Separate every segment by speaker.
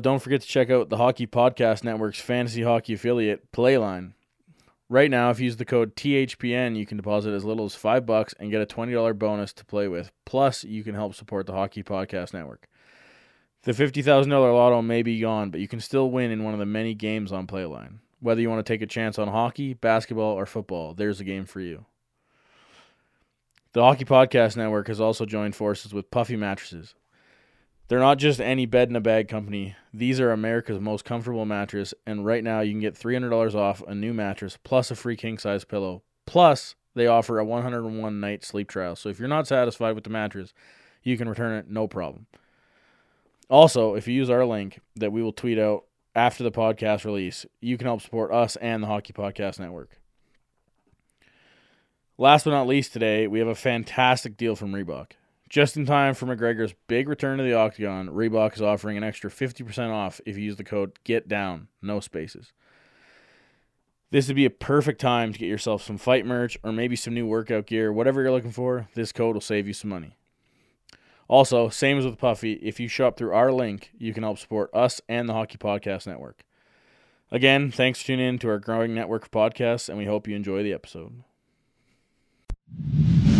Speaker 1: Don't forget to check out the Hockey Podcast Network's fantasy hockey affiliate, Playline. Right now, if you use the code THPN, you can deposit as little as five bucks and get a twenty dollar bonus to play with. Plus, you can help support the Hockey Podcast Network. The fifty thousand dollar lotto may be gone, but you can still win in one of the many games on Playline. Whether you want to take a chance on hockey, basketball, or football, there's a game for you. The Hockey Podcast Network has also joined forces with Puffy Mattresses. They're not just any bed in a bag company. These are America's most comfortable mattress, and right now you can get $300 off a new mattress plus a free king size pillow. Plus, they offer a 101 night sleep trial. So if you're not satisfied with the mattress, you can return it no problem. Also, if you use our link that we will tweet out after the podcast release, you can help support us and the Hockey Podcast Network. Last but not least, today we have a fantastic deal from Reebok. Just in time for McGregor's big return to the octagon, Reebok is offering an extra 50% off if you use the code GETDOWN, no spaces. This would be a perfect time to get yourself some fight merch or maybe some new workout gear, whatever you're looking for, this code will save you some money. Also, same as with Puffy, if you shop through our link, you can help support us and the Hockey Podcast Network. Again, thanks for tuning in to our growing network of podcasts, and we hope you enjoy the episode.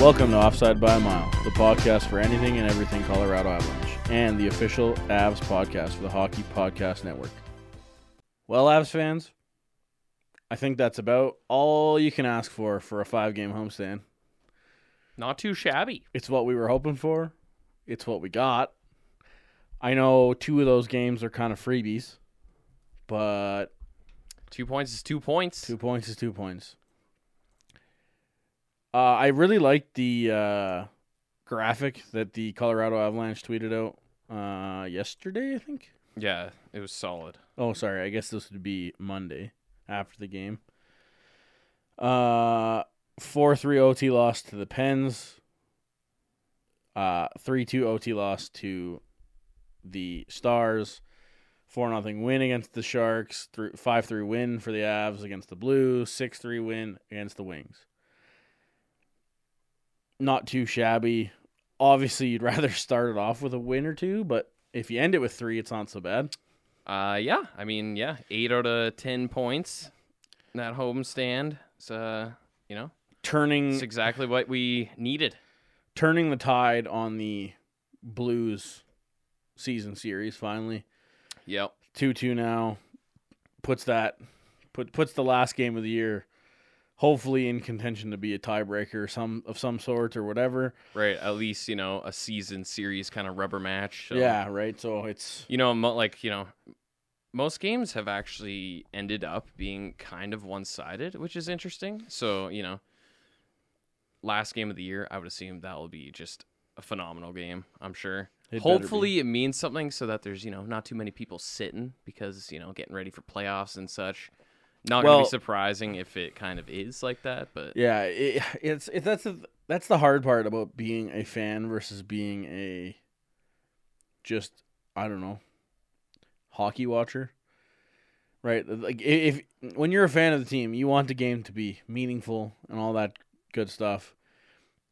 Speaker 1: Welcome to Offside by a Mile, the podcast for anything and everything Colorado Avalanche, and the official Avs podcast for the Hockey Podcast Network. Well, Avs fans, I think that's about all you can ask for for a five game homestand.
Speaker 2: Not too shabby.
Speaker 1: It's what we were hoping for, it's what we got. I know two of those games are kind of freebies, but
Speaker 2: Two points is two points.
Speaker 1: Two points is two points. Uh, I really liked the uh, graphic that the Colorado Avalanche tweeted out uh, yesterday, I think.
Speaker 2: Yeah, it was solid.
Speaker 1: Oh, sorry. I guess this would be Monday after the game. Uh, 4 3 OT loss to the Pens. Uh, 3 2 OT loss to the Stars. 4 0 win against the Sharks. 5 3 win for the Avs against the Blues. 6 3 win against the Wings. Not too shabby. Obviously, you'd rather start it off with a win or two, but if you end it with three, it's not so bad.
Speaker 2: Uh, yeah, I mean, yeah, eight out of ten points. in That home stand. It's uh, you know,
Speaker 1: Turning
Speaker 2: it's exactly what we needed.
Speaker 1: turning the tide on the Blues season series finally.
Speaker 2: Yep.
Speaker 1: 2-2 now puts that put puts the last game of the year hopefully in contention to be a tiebreaker or some of some sort or whatever.
Speaker 2: Right. At least you know a season series kind of rubber match. so-
Speaker 1: Yeah, right. So it's
Speaker 2: You know, mo- like you know, most games have actually ended up being kind of one-sided, which is interesting. So you know, last game of the year, I would assume that will be just a phenomenal game. I'm sure.
Speaker 1: It better be.
Speaker 2: Hopefully, it means something so that there's you know not too many people sitting because you know getting ready for playoffs and such. Not gonna
Speaker 1: Well-
Speaker 2: be surprising if it kind of is like that, but
Speaker 1: yeah, it, it's it, that's the that's the hard part about being a fan versus being a just I don't know hockey watcher. Right? Like i- if when you're a fan of the team, you want the game to be meaningful and all that good stuff.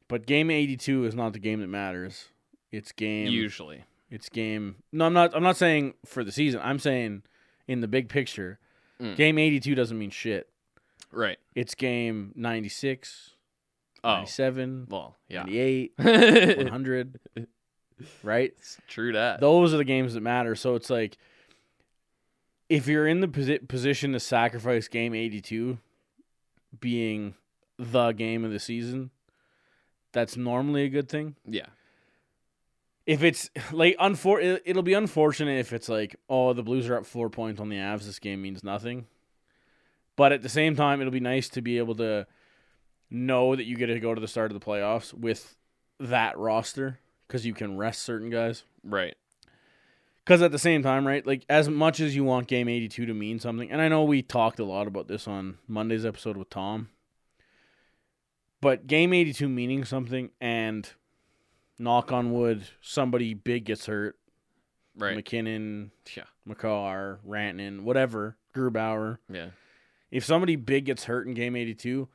Speaker 1: But game 82 is not the game that matters. It's game
Speaker 2: usually,
Speaker 1: it's game. No, I'm not. I'm not saying for the season. I'm saying in the big picture,
Speaker 2: Mm.
Speaker 1: game 82 doesn't mean shit.
Speaker 2: right?
Speaker 1: It's game 96,
Speaker 2: Oh,
Speaker 1: 97,
Speaker 2: well, yeah,
Speaker 1: 98, 100. right?
Speaker 2: true that.
Speaker 1: Those are the games that matter. So it's like if you're in the posi- position to sacrifice game 82 being the game of the season, that's normally a good thing.
Speaker 2: yeah,
Speaker 1: if it's like unfor it- it'll be unfortunate if it's like oh the blues are up four points on the avs this game means nothing but at the same time it'll be nice to be able to know that you get to go to the start of the playoffs with that roster because you can rest certain guys.
Speaker 2: Right.
Speaker 1: Because at the same time, right, like as much as you want game 82 to mean something, and I know we talked a lot about this on Monday's episode with Tom, but game 82 meaning something and knock on wood, somebody big gets hurt,
Speaker 2: Right.
Speaker 1: McKinnon,
Speaker 2: yeah.
Speaker 1: McCarr, Rantanen, whatever, Grubauer.
Speaker 2: Yeah.
Speaker 1: If somebody big gets hurt in game 82,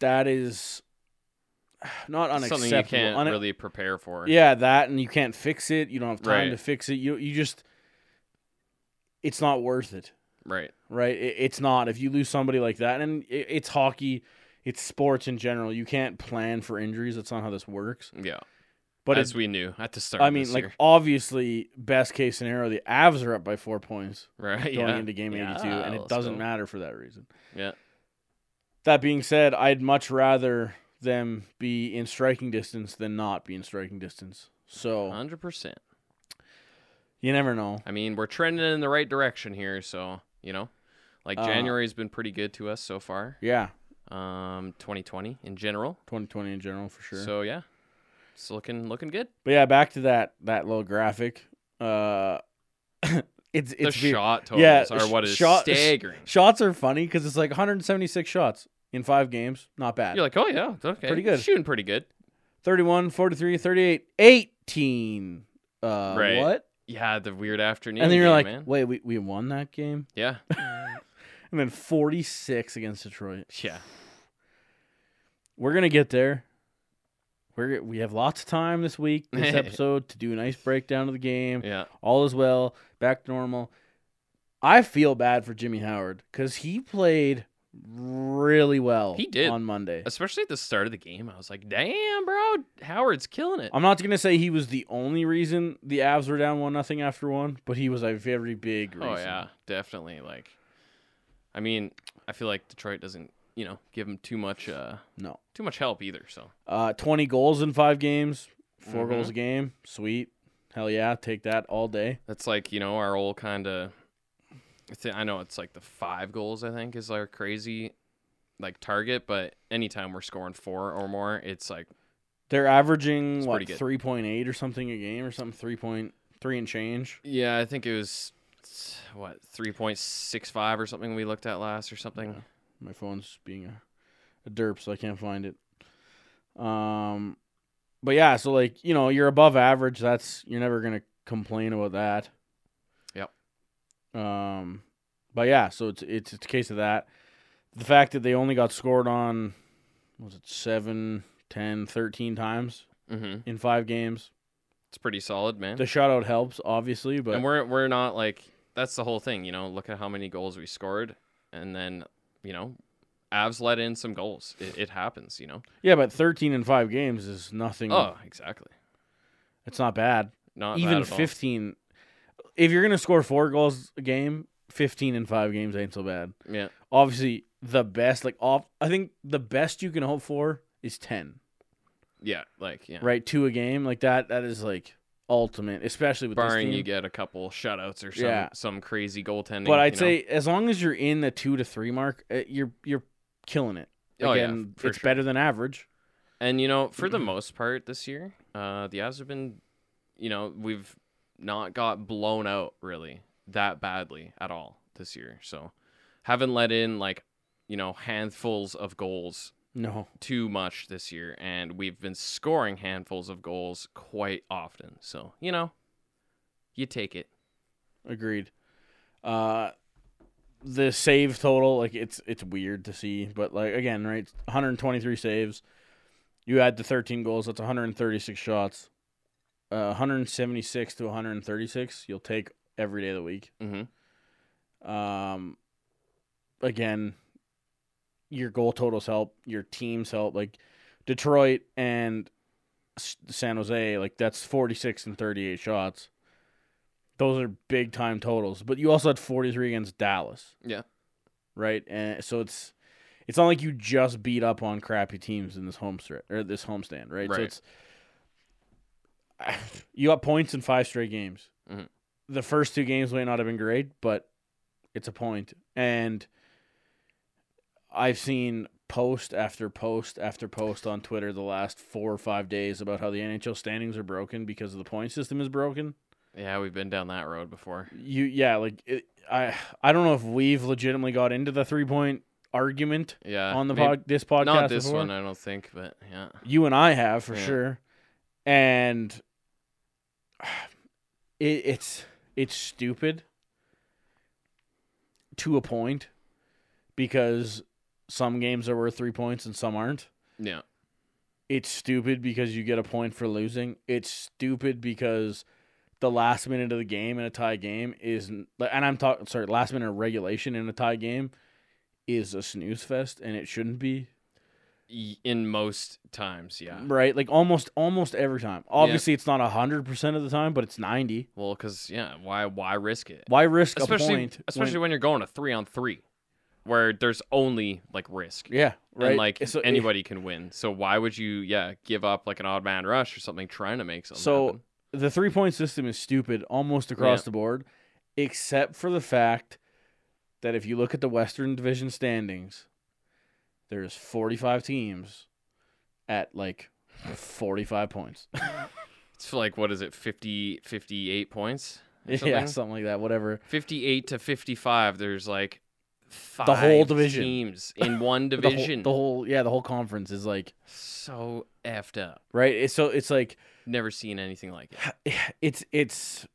Speaker 1: that is not unacceptable.
Speaker 2: Something you can't
Speaker 1: Una-
Speaker 2: really prepare for.
Speaker 1: yeah, that and you can't fix it. You don't have time
Speaker 2: Right.
Speaker 1: to fix it. You you just it's not worth it,
Speaker 2: Right.
Speaker 1: right? It, it's not if you lose somebody like that and it, it's hockey, it's sports in general. You can't plan for injuries. That's not how this works.
Speaker 2: Yeah.
Speaker 1: But
Speaker 2: as
Speaker 1: it's,
Speaker 2: we knew at the start.
Speaker 1: I
Speaker 2: of
Speaker 1: mean,
Speaker 2: this
Speaker 1: like
Speaker 2: year.
Speaker 1: obviously, best case scenario, the Avs are up by 4 points
Speaker 2: right.
Speaker 1: going
Speaker 2: Yeah.
Speaker 1: into game 82
Speaker 2: Yeah,
Speaker 1: and it
Speaker 2: let's
Speaker 1: doesn't
Speaker 2: go.
Speaker 1: matter for that reason.
Speaker 2: Yeah.
Speaker 1: That being said, I'd much rather them be in striking distance than not be in striking distance. So,
Speaker 2: Hundred percent.
Speaker 1: you never know.
Speaker 2: I mean, we're trending in the right direction here, so you know, like
Speaker 1: Uh,
Speaker 2: January's been pretty good to us so far.
Speaker 1: Yeah.
Speaker 2: Um, 2020 in general.
Speaker 1: 2020 in general for sure.
Speaker 2: So yeah, it's looking looking good.
Speaker 1: but yeah, back to that that little graphic. Uh, it's
Speaker 2: The
Speaker 1: it's weird.
Speaker 2: shot totals
Speaker 1: yeah,
Speaker 2: are
Speaker 1: sh-
Speaker 2: what is
Speaker 1: shot-
Speaker 2: staggering.
Speaker 1: shots are funny because it's like 176 shots in five games. Not bad.
Speaker 2: You're like, oh yeah, it's okay,
Speaker 1: Pretty good.
Speaker 2: shooting pretty good.
Speaker 1: 31, 43, 38, 18. Uh,
Speaker 2: Right.
Speaker 1: What?
Speaker 2: Yeah, the weird afternoon.
Speaker 1: And then you're
Speaker 2: game,
Speaker 1: like,
Speaker 2: man.
Speaker 1: wait, we, we won that game?
Speaker 2: yeah,
Speaker 1: And then 46 against Detroit.
Speaker 2: yeah,
Speaker 1: We're going to get there. We're, we have lots of time this week, this episode, to do a nice breakdown of the game.
Speaker 2: yeah.
Speaker 1: all is well, back to normal. I feel bad for Jimmy Howard because he played really well.
Speaker 2: He did.
Speaker 1: on Monday.
Speaker 2: Especially at the start of the game, I was like, damn, bro, Howard's killing it.
Speaker 1: I'm not gonna say he was the only reason the Avs were down one nothing after one, but he was a very big reason.
Speaker 2: Oh yeah, definitely. Like, I mean, I feel like Detroit doesn't, you know, give him too much, uh,
Speaker 1: No.
Speaker 2: too much help either. So
Speaker 1: Uh, 20 goals in five games, 4
Speaker 2: Mhm.
Speaker 1: goals a game, sweet. Hell yeah, take that all day.
Speaker 2: that's like, you know, our old kind of. I know it's like the five goals. I think is our crazy, like target. But anytime we're scoring four or more, it's like
Speaker 1: They're averaging
Speaker 2: It's
Speaker 1: what
Speaker 2: pretty good.
Speaker 1: 3.8 or something a game or something 3.3 and change.
Speaker 2: yeah, I think it was what three point six five or something we looked at last or something.
Speaker 1: My phone's being a, a derp, so I can't find it. Um, but yeah, so like you know, you're above average. That's you're never gonna complain about that.
Speaker 2: Yep.
Speaker 1: Um, but yeah, so it's it's it's a case of that. The fact that they only got scored on what was it seven, ten, thirteen times
Speaker 2: hmm
Speaker 1: in five games.
Speaker 2: It's pretty solid, man.
Speaker 1: The shutout helps, obviously, but
Speaker 2: and we're we're not like that's the whole thing, you know. Look at how many goals we scored, and then you know, Avs let in some goals. It, it happens, you know.
Speaker 1: yeah, but thirteen in five games is nothing.
Speaker 2: Oh, exactly.
Speaker 1: It's not bad.
Speaker 2: Not bad
Speaker 1: even
Speaker 2: at all.
Speaker 1: 15 if you're gonna score four goals a game 15 in five games ain't so bad
Speaker 2: Yeah,
Speaker 1: obviously the best like off i think the best you can hope for is 10
Speaker 2: yeah, like yeah.
Speaker 1: right two a game like that that is like ultimate especially with this
Speaker 2: Barring
Speaker 1: team.
Speaker 2: you get a couple shutouts or some
Speaker 1: Yeah.
Speaker 2: some crazy goaltending.
Speaker 1: but i'd
Speaker 2: you know?
Speaker 1: say as long as you're in the two to three mark eh, you're you're killing it
Speaker 2: Oh, yeah,
Speaker 1: again
Speaker 2: for
Speaker 1: it's
Speaker 2: sure.
Speaker 1: better than average
Speaker 2: And you know, for the
Speaker 1: Mm-hmm.
Speaker 2: most part this year, uh, the Avs have been, you know, we've not got blown out really that badly at all this year. So haven't let in like, you know, handfuls of goals
Speaker 1: no
Speaker 2: too much this year, and we've been scoring handfuls of goals quite often. So, you know, you take it.
Speaker 1: Agreed. Uh the save total, like it's it's weird to see, but like again, right, 123 saves. You add the 13 goals, that's 136 shots. Uh, 176 to 136, you'll take every day of the week.
Speaker 2: Mm-hmm.
Speaker 1: Um, again, your goal totals help, your teams help. Like Detroit and S- San Jose, like that's 46 and 38 shots. Those are big time totals. But you also had 43 against Dallas.
Speaker 2: Yeah.
Speaker 1: Right? And so it's it's not like you just beat up on crappy teams in this home stretch or this homestand, right? So
Speaker 2: Right.
Speaker 1: it's you got points in five straight games.
Speaker 2: Mhm.
Speaker 1: The first two games may not have been great, but it's a point. And I've seen post after post after post on Twitter the last four or five days about how the NHL standings are broken because the point system is broken.
Speaker 2: Yeah, we've been down that road before.
Speaker 1: You yeah, like it, I I don't know if we've legitimately got into the three point argument
Speaker 2: Yeah.
Speaker 1: on the
Speaker 2: Uh, maybe-
Speaker 1: pod this podcast.
Speaker 2: Not this
Speaker 1: before.
Speaker 2: one, I don't think, but yeah.
Speaker 1: You and I have for
Speaker 2: Yeah.
Speaker 1: sure, and it, it's it's stupid to a point because some games are worth three points and some aren't.
Speaker 2: Yeah.
Speaker 1: It's stupid because you get a point for losing. It's stupid because the last minute of the game in a tie game is, and I'm talking sorry, last minute of regulation in a tie game is a snooze fest, and it shouldn't be.
Speaker 2: Y- In most times, yeah.
Speaker 1: Right, like almost almost every time. Obviously, it's not hundred percent of the time, but it's ninety.
Speaker 2: Well, because yeah, why why risk it?
Speaker 1: Why risk a
Speaker 2: Especially
Speaker 1: point? when-
Speaker 2: especially when, you're going a three on three, where there's only like risk.
Speaker 1: yeah, right.
Speaker 2: And like
Speaker 1: So-
Speaker 2: anybody can win. So why would you yeah give up like an odd man rush or something trying to make something?
Speaker 1: So
Speaker 2: happen?
Speaker 1: the three point system is stupid almost across
Speaker 2: Yeah.
Speaker 1: the board, except for the fact that if you look at the Western Division standings, there's 45 teams at like 45 points.
Speaker 2: it's like what is it 50 58 points?
Speaker 1: yeah, something like that. Whatever.
Speaker 2: 58 to 55 there's like five
Speaker 1: whole division.
Speaker 2: teams in one
Speaker 1: The whole-
Speaker 2: division.
Speaker 1: The whole, yeah, the whole conference is like
Speaker 2: so effed up.
Speaker 1: right. It's so it's like
Speaker 2: Never seen anything like it.
Speaker 1: it's it's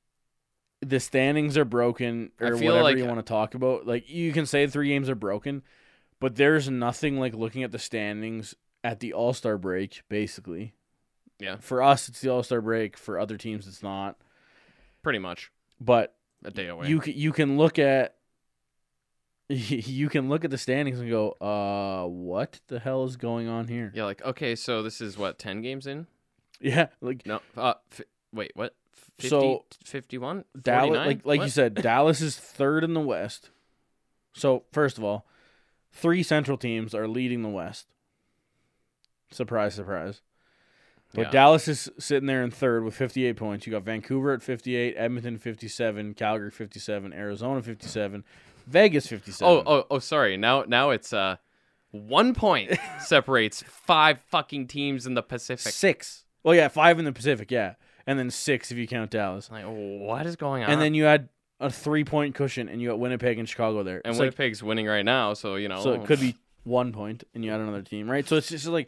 Speaker 1: the standings are broken
Speaker 2: I
Speaker 1: or
Speaker 2: feel
Speaker 1: whatever
Speaker 2: like-
Speaker 1: you want to talk about. Like you can say three games are broken, but there's nothing like looking at the standings at the All Star break. Basically,
Speaker 2: Yeah.
Speaker 1: For us, it's the All Star break. For other teams, it's not.
Speaker 2: Pretty much
Speaker 1: But
Speaker 2: a day away.
Speaker 1: you ca- you can look at you can look at the standings and go, uh, what the hell is going on here?
Speaker 2: yeah, like okay, so this is what 10 games in?
Speaker 1: Yeah, like
Speaker 2: No. Uh, f- wait, what? 50,
Speaker 1: So,
Speaker 2: 51?
Speaker 1: Dallas,
Speaker 2: 49?
Speaker 1: like like you
Speaker 2: What?
Speaker 1: said, Dallas is third in the West. So first of all, three Central teams are leading the West. Surprise, surprise. But
Speaker 2: Yeah.
Speaker 1: Dallas is sitting there in third with 58 points. You got Vancouver at 58, Edmonton 57, Calgary 57, Arizona 57, Vegas 57.
Speaker 2: Oh, oh, oh, sorry. Now, now it's uh, one point separates five fucking teams in the Pacific.
Speaker 1: six. Well, yeah, five in the Pacific, yeah, and then six if you count Dallas.
Speaker 2: Like, uh-huh. what is going on?
Speaker 1: And then you had a three-point cushion, and you got Winnipeg and Chicago there.
Speaker 2: and
Speaker 1: It's like-
Speaker 2: Winnipeg's winning right now, so you know.
Speaker 1: So it could be one point, and you add another team, right? So it's just like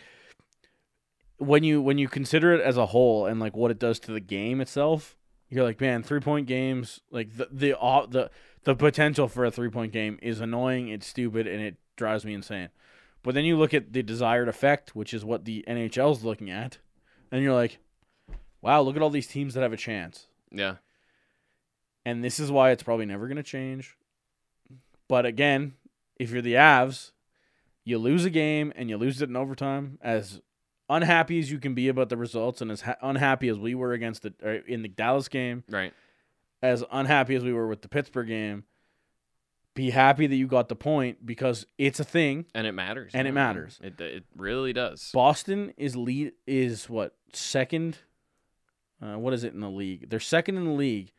Speaker 1: when you when you consider it as a whole and like what it does to the game itself, you're like, man, three point games, like the the au- the the potential for a three point game is annoying, it's stupid, and it drives me insane. But then you look at the desired effect, which is what the NHL's looking at, and you're like, wow, look at all these teams that have a chance
Speaker 2: Yeah.
Speaker 1: and this is why it's probably never going to change. But again, if you're the Avs, you lose a game and you lose it in overtime. As unhappy as you can be about the results, and as ha- unhappy as we were against the or in the Dallas game,
Speaker 2: Right.
Speaker 1: as unhappy as we were with the Pittsburgh game, be happy that you got the point because it's a thing.
Speaker 2: And it matters.
Speaker 1: And it
Speaker 2: man.
Speaker 1: matters.
Speaker 2: It it really does.
Speaker 1: Boston is lead is what second. Uh, what is it in the league? They're second in the league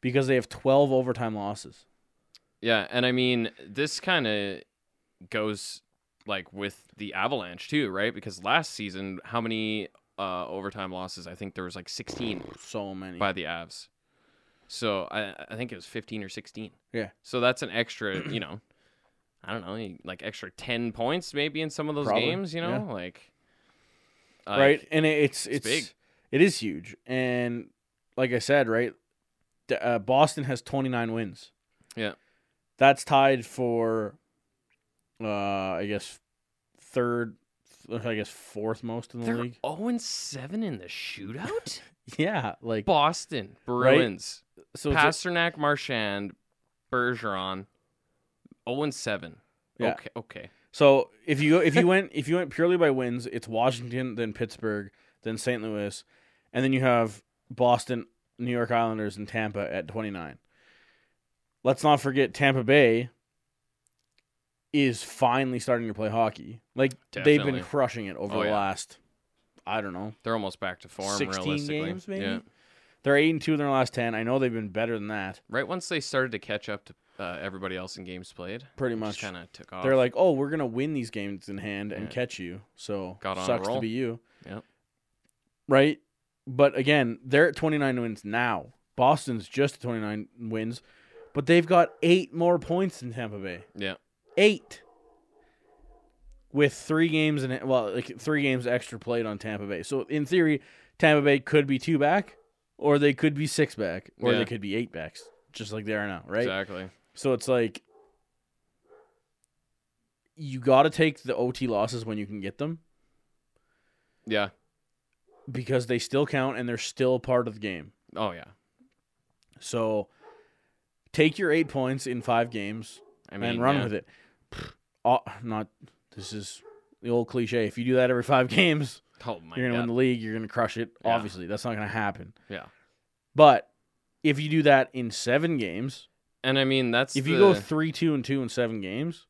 Speaker 1: because they have twelve overtime losses.
Speaker 2: Yeah, and I mean this kind of goes like with the Avalanche too, right? Because last season, how many uh, overtime losses? I think there was like 16
Speaker 1: So many.
Speaker 2: by the Avs. So I I think it was 15 or 16.
Speaker 1: Yeah.
Speaker 2: So that's an extra, you know, I don't know, like extra 10 points maybe in some of those
Speaker 1: Probably,
Speaker 2: games, you know,
Speaker 1: yeah.
Speaker 2: like,
Speaker 1: right and it, it's
Speaker 2: it's
Speaker 1: it's,
Speaker 2: big.
Speaker 1: it is huge and like i said right D- uh, boston has 29 wins
Speaker 2: Yeah.
Speaker 1: that's tied for uh i guess third i guess fourth most in the
Speaker 2: They're
Speaker 1: league
Speaker 2: 0 and 7 in the shootout.
Speaker 1: yeah like
Speaker 2: Boston Bruins,
Speaker 1: so it's a-
Speaker 2: Pasternak, Marchand, Bergeron, 0 and 7.
Speaker 1: Yeah.
Speaker 2: Okay, okay.
Speaker 1: so if you if you went if you went purely by wins it's washington then pittsburgh then st louis and then you have boston new york islanders and tampa at 29 let's not forget Tampa Bay is finally starting to play hockey. Like they've
Speaker 2: Definitely.
Speaker 1: been crushing it over
Speaker 2: Oh,
Speaker 1: the
Speaker 2: yeah.
Speaker 1: last I don't know.
Speaker 2: They're almost back to form
Speaker 1: 16
Speaker 2: realistically.
Speaker 1: games, maybe?
Speaker 2: Yeah.
Speaker 1: They're 8 and 2 in their last 10. I know they've been better than that.
Speaker 2: Right once they started to catch up to uh, everybody else in games played.
Speaker 1: Pretty
Speaker 2: Just
Speaker 1: much.
Speaker 2: kind of took off.
Speaker 1: They're like, oh, we're gonna win these games in hand and
Speaker 2: Yeah.
Speaker 1: catch you. So
Speaker 2: Got on a
Speaker 1: sucks to
Speaker 2: roll.
Speaker 1: be you.
Speaker 2: Yep.
Speaker 1: Right. But again, they're at 29 wins now. Boston's just at 29 wins, but they've got eight more points than Tampa Bay.
Speaker 2: yeah,
Speaker 1: Eight. With three games and well, like three games extra played on Tampa Bay. So in theory, Tampa Bay could be two back, or they could be six back, or
Speaker 2: Yeah.
Speaker 1: they could be eight backs, just like they are now. Right.
Speaker 2: exactly.
Speaker 1: So it's like you got to take the OT losses when you can get them
Speaker 2: Yeah.
Speaker 1: because they still count and they're still part of the game.
Speaker 2: Oh yeah.
Speaker 1: So take your 8 points in 5 games
Speaker 2: I mean,
Speaker 1: and run
Speaker 2: yeah.
Speaker 1: with it. Pfft, Oh, not this is the old cliche. If you do that every 5 games,
Speaker 2: Oh my
Speaker 1: you're going to win
Speaker 2: god.
Speaker 1: the league, you're going to crush it.
Speaker 2: Yeah.
Speaker 1: Obviously, that's not going to happen.
Speaker 2: Yeah.
Speaker 1: But if you do that in 7 games,
Speaker 2: and I mean that's
Speaker 1: if you go
Speaker 2: the-
Speaker 1: 3-2 and 2 in 7 games,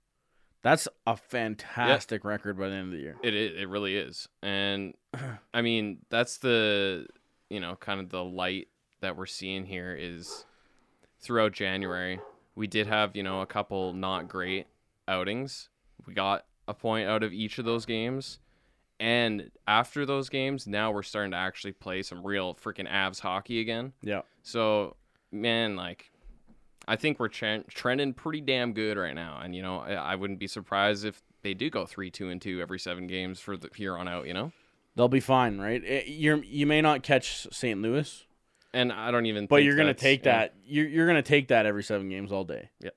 Speaker 1: that's a fantastic record by the end of the year.
Speaker 2: It is. It really is. And I mean, that's the you know kind of the light that we're seeing here is throughout January we did have you know a couple not great outings. We got a point out of each of those games. And after those games, now we're starting to actually play some real freaking abs hockey again.
Speaker 1: Yeah.
Speaker 2: So, man, like, I think we're tren- trending pretty damn good right now, and you know, I, I wouldn't be surprised if they do go three, two, and two every seven games for the here on out. You know,
Speaker 1: They'll be fine, right? It- you're you may not catch St. Louis,
Speaker 2: and I don't even.
Speaker 1: but
Speaker 2: think
Speaker 1: you're gonna
Speaker 2: that's-
Speaker 1: take
Speaker 2: yeah.
Speaker 1: that. You're you're gonna take that every seven games all day.
Speaker 2: Yeah.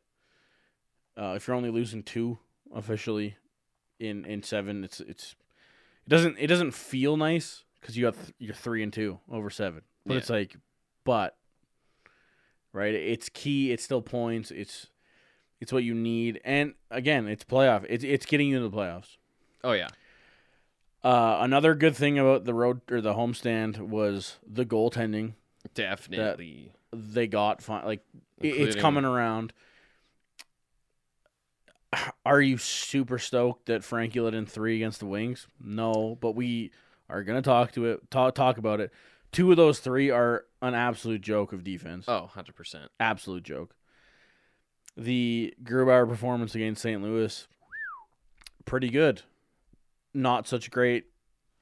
Speaker 1: Uh, if you're only losing two officially in in seven, it's it's it doesn't it doesn't feel nice because you got th- you're three and two over seven, but
Speaker 2: Yeah.
Speaker 1: it's like, but right, it's key. It's still points. It's it's what you need, and again, it's playoff. It's it's getting you into the playoffs.
Speaker 2: Oh yeah,
Speaker 1: Uh, another good thing about the road or the homestand was the goaltending
Speaker 2: definitely.
Speaker 1: they got. Fine, like i- it's
Speaker 2: Including-
Speaker 1: coming around. Are you super stoked that Frankie let in three against the Wings? No, but we are gonna talk to it. Talk talk about it. Two of those three are an absolute joke of defense.
Speaker 2: Oh, 100 percent.
Speaker 1: Absolute joke. The Grubauer performance against St. Louis, pretty good. Not such great,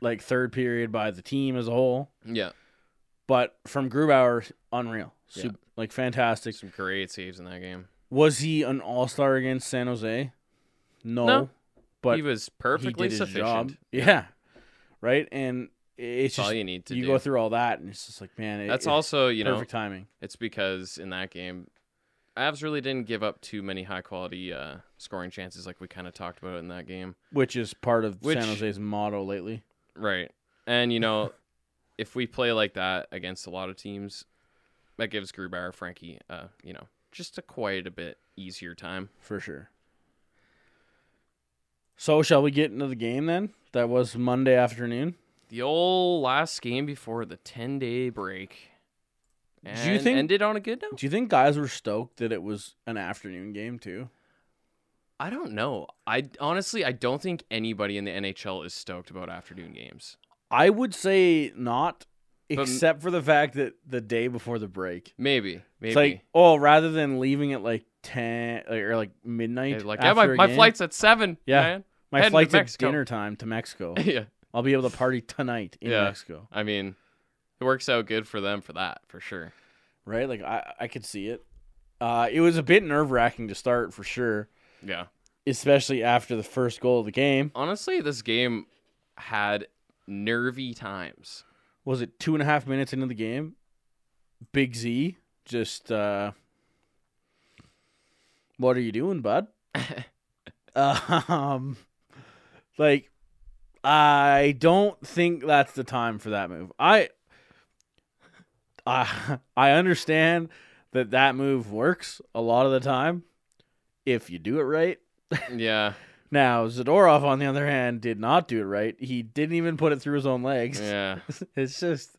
Speaker 1: like third period by the team as a whole,
Speaker 2: Yeah,
Speaker 1: but from Grubauer, unreal,
Speaker 2: Yeah.
Speaker 1: Sup- like fantastic.
Speaker 2: some great saves in that game.
Speaker 1: Was he an All Star against San Jose? No,
Speaker 2: No,
Speaker 1: but
Speaker 2: he was
Speaker 1: he
Speaker 2: perfectly
Speaker 1: did his
Speaker 2: sufficient.
Speaker 1: job. Yeah, right. And it's
Speaker 2: That's all
Speaker 1: just you,
Speaker 2: you need to do.
Speaker 1: go through all that, and it's just like man, it,
Speaker 2: That's
Speaker 1: it-
Speaker 2: also you know
Speaker 1: perfect timing.
Speaker 2: It's because in that game, Avs really didn't give up too many high quality uh, scoring chances, like we kind of talked about in that game.
Speaker 1: Which is part of
Speaker 2: Which-
Speaker 1: San Jose's motto lately.
Speaker 2: Right. And, you know, if we play like that against a lot of teams, that gives Grubauer, Frankie, uh, you know, just a quite a bit easier time.
Speaker 1: for sure. So shall we get into the game then? That was Monday afternoon.
Speaker 2: The old last game before the 10 day break. And
Speaker 1: you think-
Speaker 2: ended on a good note?
Speaker 1: Do you think guys were stoked that it was an afternoon game too?
Speaker 2: I don't know. I honestly, I don't think anybody in the NHL is stoked about afternoon games.
Speaker 1: I would say not,
Speaker 2: But-
Speaker 1: except for the fact that the day before the break,
Speaker 2: Maybe, maybe.
Speaker 1: it's like oh, rather than leaving at like ten like, or like midnight,
Speaker 2: It's like, yeah, my,
Speaker 1: after a
Speaker 2: my
Speaker 1: game,
Speaker 2: flight's at seven.
Speaker 1: Yeah.
Speaker 2: man.
Speaker 1: my
Speaker 2: heading to
Speaker 1: flight's at
Speaker 2: Mexico."
Speaker 1: dinner time to Mexico.
Speaker 2: yeah.
Speaker 1: I'll be able to party tonight in
Speaker 2: Yeah.
Speaker 1: Mexico,
Speaker 2: I mean, it works out good for them for that, for sure.
Speaker 1: right? Like I I could see it. Uh, it was a bit nerve wracking to start for sure.
Speaker 2: Yeah.
Speaker 1: especially after the first goal of the game.
Speaker 2: honestly, this game had nervy times.
Speaker 1: Was it two and a half minutes into the game? Big Z just, uh, what are you doing, bud? um, like, I don't think that's the time for that move. I, I, I understand that that move works a lot of the time if you do it right.
Speaker 2: Yeah,
Speaker 1: Now, Zadorov, on the other hand, did not do it right. He didn't even put it through his own legs.
Speaker 2: yeah.
Speaker 1: It's just.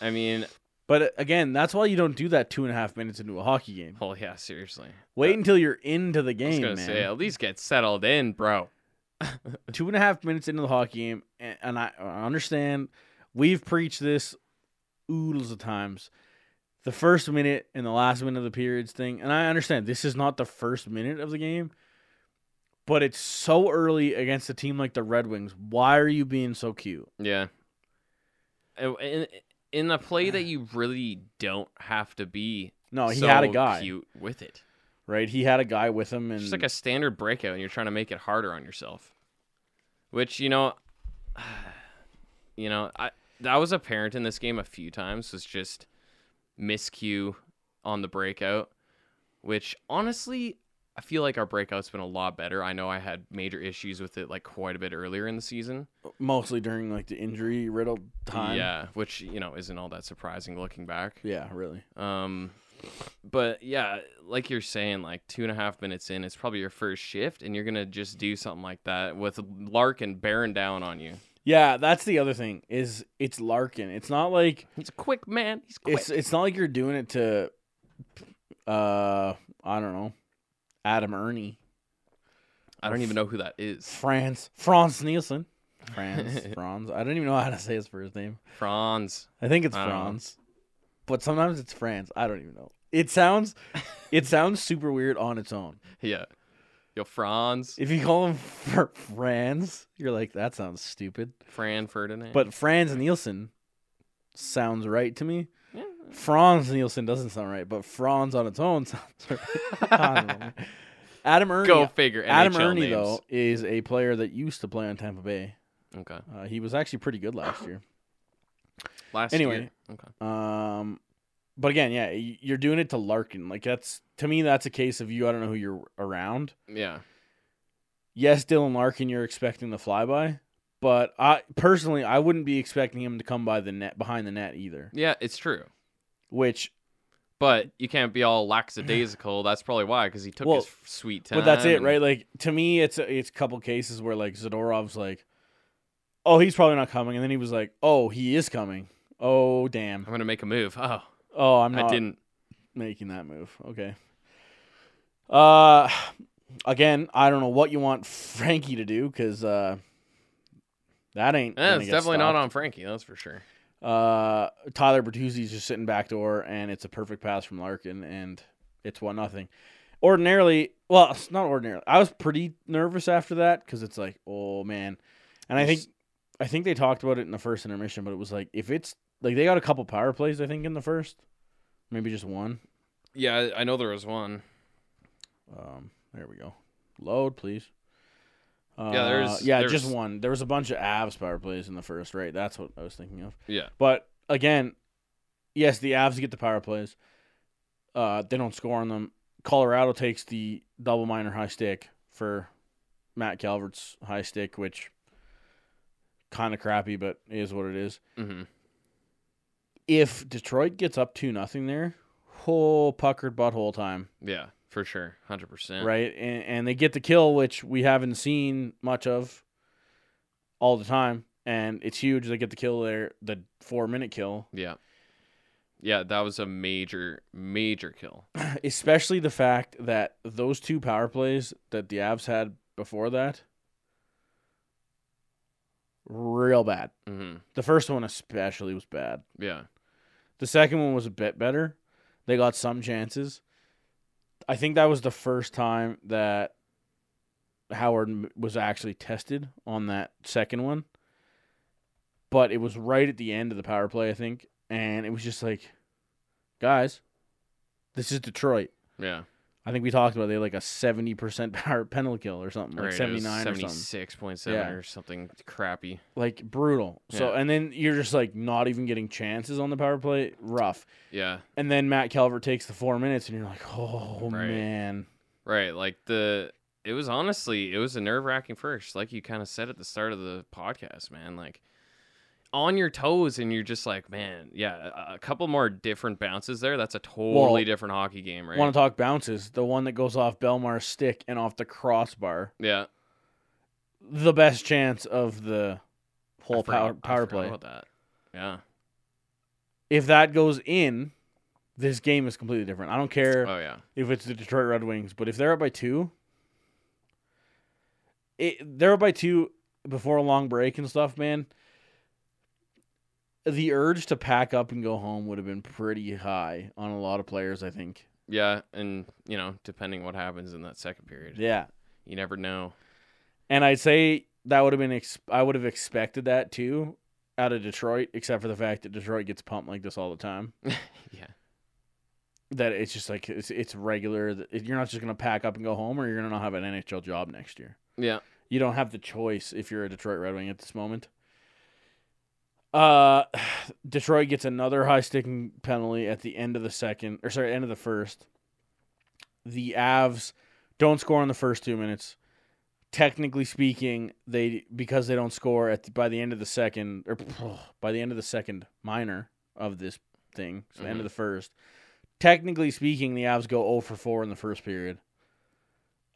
Speaker 2: I mean,
Speaker 1: But uh, again, that's why you don't do that two and a half minutes into a hockey game.
Speaker 2: well, Oh, yeah, seriously.
Speaker 1: Wait until you're into the
Speaker 2: I was
Speaker 1: game,
Speaker 2: gonna
Speaker 1: man.
Speaker 2: say at least get settled in, bro.
Speaker 1: Two and a half minutes into the hockey game, and, and I, I understand we've preached this oodles of times. the first minute and the last minute of the periods thing. And I understand this is not the first minute of the game, but it's so early against a team like the Red Wings. Why are you being so cute?
Speaker 2: Yeah. And- Uh, In, in a play that you really don't have to be
Speaker 1: No, Oh, he
Speaker 2: so
Speaker 1: had a guy,
Speaker 2: cute with it.
Speaker 1: right? He had a guy with him, and
Speaker 2: It's just like a standard breakout, and you're trying to make it harder on yourself. Which you know, you know, I that was apparent in this game a few times. Was just miscue on the breakout, which honestly, I feel like our breakout's been a lot better. I know I had major issues with it like quite a bit earlier in the season.
Speaker 1: mostly during like the injury riddled time.
Speaker 2: Yeah, which you know isn't all that surprising looking back.
Speaker 1: yeah, really.
Speaker 2: Um, but yeah, like you're saying, like two and a half minutes in, it's probably your first shift, and you're gonna just do something like that with Larkin bearing down on you.
Speaker 1: Yeah, that's the other thing is it's Larkin. It's not like
Speaker 2: He's a quick man. He's quick.
Speaker 1: it's uh, it's not like you're doing it to, uh, I don't know, Adam Ernie,
Speaker 2: I don't even know who that is.
Speaker 1: Franz Franz Nielsen, Franz Franz. I don't even know how to say his first name.
Speaker 2: Franz.
Speaker 1: I think it's
Speaker 2: I don't know.
Speaker 1: Franz, but sometimes it's Franz. I don't even know. It sounds, it sounds super weird on its own.
Speaker 2: Yeah. Yo, Franz.
Speaker 1: If you call him Fr- Franz, you're like that sounds stupid.
Speaker 2: Fran Ferdinand.
Speaker 1: But Franz Nielsen sounds right to me.
Speaker 2: Yeah.
Speaker 1: Franz Nielsen doesn't sound right, but Franz on its own sounds right. I don't know. Adam Ernie.
Speaker 2: go figure.
Speaker 1: Adam
Speaker 2: NHL
Speaker 1: Ernie
Speaker 2: names.
Speaker 1: though is a player that used to play on Tampa Bay.
Speaker 2: Okay.
Speaker 1: Uh, he was actually pretty good last year.
Speaker 2: Last
Speaker 1: Anyway.
Speaker 2: year. Okay.
Speaker 1: Um, but again, yeah, y- you're doing it to Larkin. Like that's to me, that's a case of you. I don't know who you're around.
Speaker 2: Yeah.
Speaker 1: Yes, Dylan Larkin, you're expecting the flyby, but I personally, I wouldn't be expecting him to come by the net behind the net either.
Speaker 2: Yeah, it's true.
Speaker 1: Which
Speaker 2: But you can't be all lackadaisical. That's probably why, because he took
Speaker 1: Well,
Speaker 2: his sweet time.
Speaker 1: But that's it,
Speaker 2: and-
Speaker 1: right? Like to me, it's it's a couple cases where like Zadorov's like, oh, he's probably not coming, and then he was like, oh, he is coming. Oh damn.
Speaker 2: I'm gonna make a move. Oh,
Speaker 1: Oh, I'm
Speaker 2: I
Speaker 1: not
Speaker 2: didn't.
Speaker 1: making that move. Okay. Uh, again, I don't know what you want Frankie to do because uh, that ain't.
Speaker 2: Yeah,
Speaker 1: gonna
Speaker 2: it's
Speaker 1: get
Speaker 2: definitely not
Speaker 1: stopped.
Speaker 2: on Frankie. That's for sure.
Speaker 1: Uh, Tyler Bertuzzi's just sitting backdoor, and it's a perfect pass from Larkin, and it's one nothing. Ordinarily, well, it's not ordinarily. I was pretty nervous after that because it's like, oh man, and I think, I think they talked about it in the first intermission, but it was like if it's like they got a couple power plays, I think in the first, maybe just one.
Speaker 2: Yeah, I- I know there was one.
Speaker 1: Um, there we go. Load, please. Uh,
Speaker 2: there's-
Speaker 1: yeah,
Speaker 2: there's-
Speaker 1: just one. There was a bunch of Avs power plays in the first, right? That's what I was thinking of.
Speaker 2: Yeah.
Speaker 1: But again, yes, the Avs get the power plays. Uh, they don't score on them. Colorado takes the double minor high stick for Matt Calvert's high stick, which kind of crappy, but is what it is.
Speaker 2: hmm
Speaker 1: If Detroit gets up two nothing there, whole puckered butthole time.
Speaker 2: Yeah, for sure, hundred percent.
Speaker 1: right? And, and they get the kill, which we haven't seen much of all the time, and it's huge. They get the kill there, the four minute kill,
Speaker 2: Yeah. Yeah, that was a major, major kill.
Speaker 1: especially the fact that those two power plays that the Avs had before that, real bad.
Speaker 2: hmm
Speaker 1: The first one especially was bad.
Speaker 2: Yeah.
Speaker 1: The second one was a bit better. They got some chances. I think that was the first time that Howard m- was actually tested on that second one. But it was right at the end of the power play, I think. And it was just like, guys, this is Detroit.
Speaker 2: Yeah.
Speaker 1: I think we talked about it. they had like a 70% power penalty kill or something, like
Speaker 2: Right, it was
Speaker 1: 79 or something
Speaker 2: 76.7
Speaker 1: Yeah.
Speaker 2: or something crappy.
Speaker 1: like brutal. So,
Speaker 2: Yeah.
Speaker 1: and then you're just like not even getting chances on the power play. Rough.
Speaker 2: Yeah.
Speaker 1: and then Matt Calvert takes the four minutes, and you're like, oh
Speaker 2: Right.
Speaker 1: man,
Speaker 2: Right. Like the it was honestly it was a nerve wracking first, like you kind of said at the start of the podcast, man. Like on your toes, and you're just like, man, yeah. A, a couple more different bounces there. That's a totally
Speaker 1: Well,
Speaker 2: different hockey game, right?
Speaker 1: want to talk bounces? The one that goes off Belmar's stick and off the crossbar,
Speaker 2: yeah.
Speaker 1: the best chance of the
Speaker 2: I
Speaker 1: whole power
Speaker 2: forgot- I
Speaker 1: power
Speaker 2: forgot
Speaker 1: play.
Speaker 2: About that. Yeah.
Speaker 1: If that goes in, this game is completely different. I don't care
Speaker 2: Oh yeah.
Speaker 1: if it's the Detroit Red Wings, but if they're up by two, it, they're up by two before a long break and stuff, man. the urge to pack up and go home would have been pretty high on a lot of players, I think.
Speaker 2: Yeah, and you know, depending what happens in that second period,
Speaker 1: Yeah.
Speaker 2: you never know.
Speaker 1: And I'd say that would have been ex- I would have expected that too out of Detroit, except for the fact that Detroit gets pumped like this all the time.
Speaker 2: Yeah,
Speaker 1: That it's just like it's it's regular. that You're not just gonna pack up and go home, or you're gonna not have an NHL job next year.
Speaker 2: yeah.
Speaker 1: You don't have the choice if you're a Detroit Red Wing at this moment. Uh, Detroit gets another high sticking penalty at the end of the second, or sorry, end of the first. The Avs don't score in the first two minutes. Technically speaking, they because they don't score at the, by the end of the second, or by the end of the second minor of this thing, so the end of the first. Technically speaking, the Avs go 0 for 4 in the first period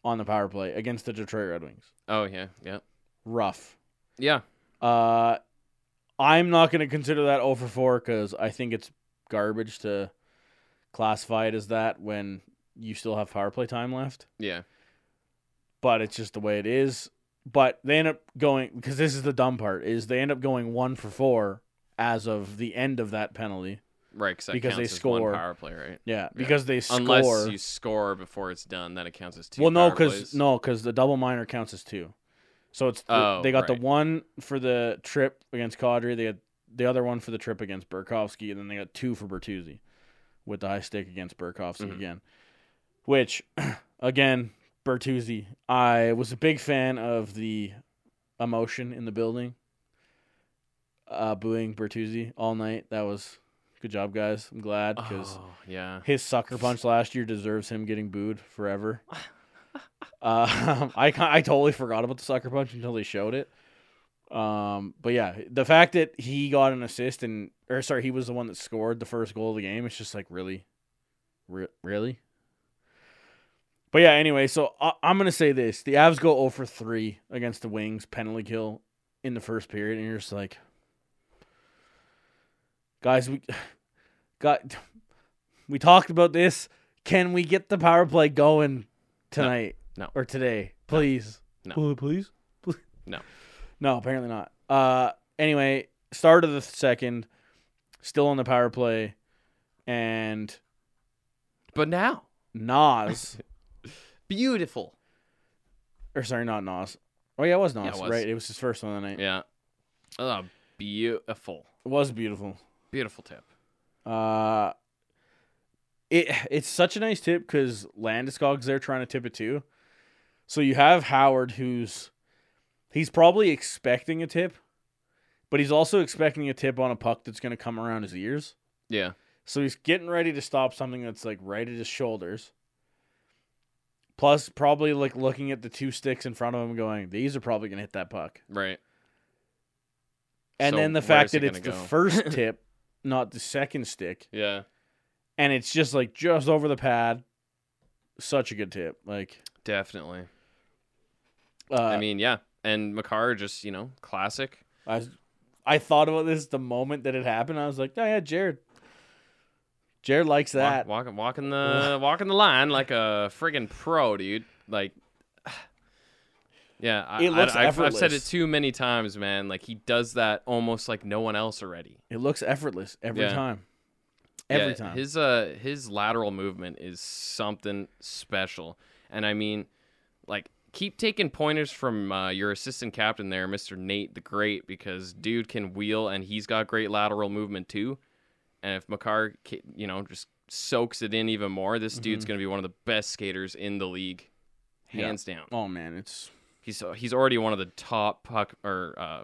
Speaker 1: on the power play against the Detroit Red Wings
Speaker 2: Oh yeah, yeah,
Speaker 1: rough.
Speaker 2: yeah.
Speaker 1: Uh, I'm not going to consider that 0 for 4 because I think it's garbage to classify it as that when you still have power play time left.
Speaker 2: Yeah.
Speaker 1: But it's just the way it is. But they end up going because this is the dumb part is they end up going one for four as of the end of that penalty.
Speaker 2: Right, cause that
Speaker 1: Because they
Speaker 2: counts as one
Speaker 1: score.
Speaker 2: power play, right?
Speaker 1: Yeah, because they score.
Speaker 2: Unless you score before it's done, then it counts as two.
Speaker 1: well, no,
Speaker 2: because
Speaker 1: because no, because the double minor counts as two. So it's
Speaker 2: Oh,
Speaker 1: they got the
Speaker 2: right.
Speaker 1: one for the trip against Kadri. They had the other one for the trip against Burkowski, and then they got two for Bertuzzi with the high stick against Burkowski
Speaker 2: Mhm.
Speaker 1: again. Which, again, Bertuzzi, I was a big fan of the emotion in the building. Uh, booing Bertuzzi all night. That was good job, guys. I'm glad because
Speaker 2: Oh, yeah.
Speaker 1: his sucker punch last year deserves him getting booed forever. um, I ca- I totally forgot about the sucker punch until they showed it. Um, but yeah, the fact that he got an assist and or sorry, he was the one that scored the first goal of the game. It's just like really, Re- really. But yeah, anyway, so I- I'm gonna say this: the Avs go 0 for three against the Wings penalty kill in the first period, and you're just like, guys, we got we talked about this. Can we get the power play going tonight?
Speaker 2: No.
Speaker 1: Or today? Please.
Speaker 2: No.
Speaker 1: Will it please? Please.
Speaker 2: No.
Speaker 1: No, apparently not. Uh anyway, start of the second, still on the power play, and
Speaker 2: But now,
Speaker 1: Nas
Speaker 2: beautiful.
Speaker 1: or sorry, not Nas. Oh yeah, it was Nas,
Speaker 2: Yeah, it was.
Speaker 1: right? It was his first one of the night.
Speaker 2: Yeah. Oh, beautiful,
Speaker 1: It was beautiful.
Speaker 2: beautiful tip.
Speaker 1: Uh it it's such a nice tip because Landeskog's there trying to tip it too. So you have Howard who's he's probably expecting a tip, but he's also expecting a tip on a puck that's gonna come around his ears.
Speaker 2: Yeah.
Speaker 1: So he's getting ready to stop something that's like right at his shoulders. Plus, probably like looking at the two sticks in front of him, going, "These are probably gonna hit that puck."
Speaker 2: Right.
Speaker 1: And
Speaker 2: So
Speaker 1: then the
Speaker 2: where
Speaker 1: fact
Speaker 2: is it
Speaker 1: that it's
Speaker 2: gonna
Speaker 1: the
Speaker 2: go?
Speaker 1: first tip, not the second stick,
Speaker 2: Yeah.
Speaker 1: and it's just like just over the pad. Such a good tip. Like,
Speaker 2: Definitely.
Speaker 1: uh,
Speaker 2: I mean, yeah. And Makar just, you know, classic.
Speaker 1: I, was- I thought about this the moment that it happened. I was like, "Oh yeah, Jared. Jared likes that."
Speaker 2: Walk, walking, walking the walking the line like a friggin' pro, dude. Like, yeah, I,
Speaker 1: It looks
Speaker 2: I, have I've said it
Speaker 1: effortless.
Speaker 2: too many times, man. Like he does that almost like no one else already.
Speaker 1: It looks effortless every
Speaker 2: Yeah.
Speaker 1: time. Every
Speaker 2: Yeah,
Speaker 1: time.
Speaker 2: His uh his lateral movement is something special, and I mean, like keep taking pointers from uh, your assistant captain there, Mister Nate the Great, because dude can wheel and he's got great lateral movement too. And if Makar, ca- you know, just soaks it in even more,
Speaker 1: Mm-hmm.
Speaker 2: this dude's gonna be one of the best skaters in the league,
Speaker 1: Yeah.
Speaker 2: hands down.
Speaker 1: oh man, it's
Speaker 2: He's uh, he's already one of the top puck or uh,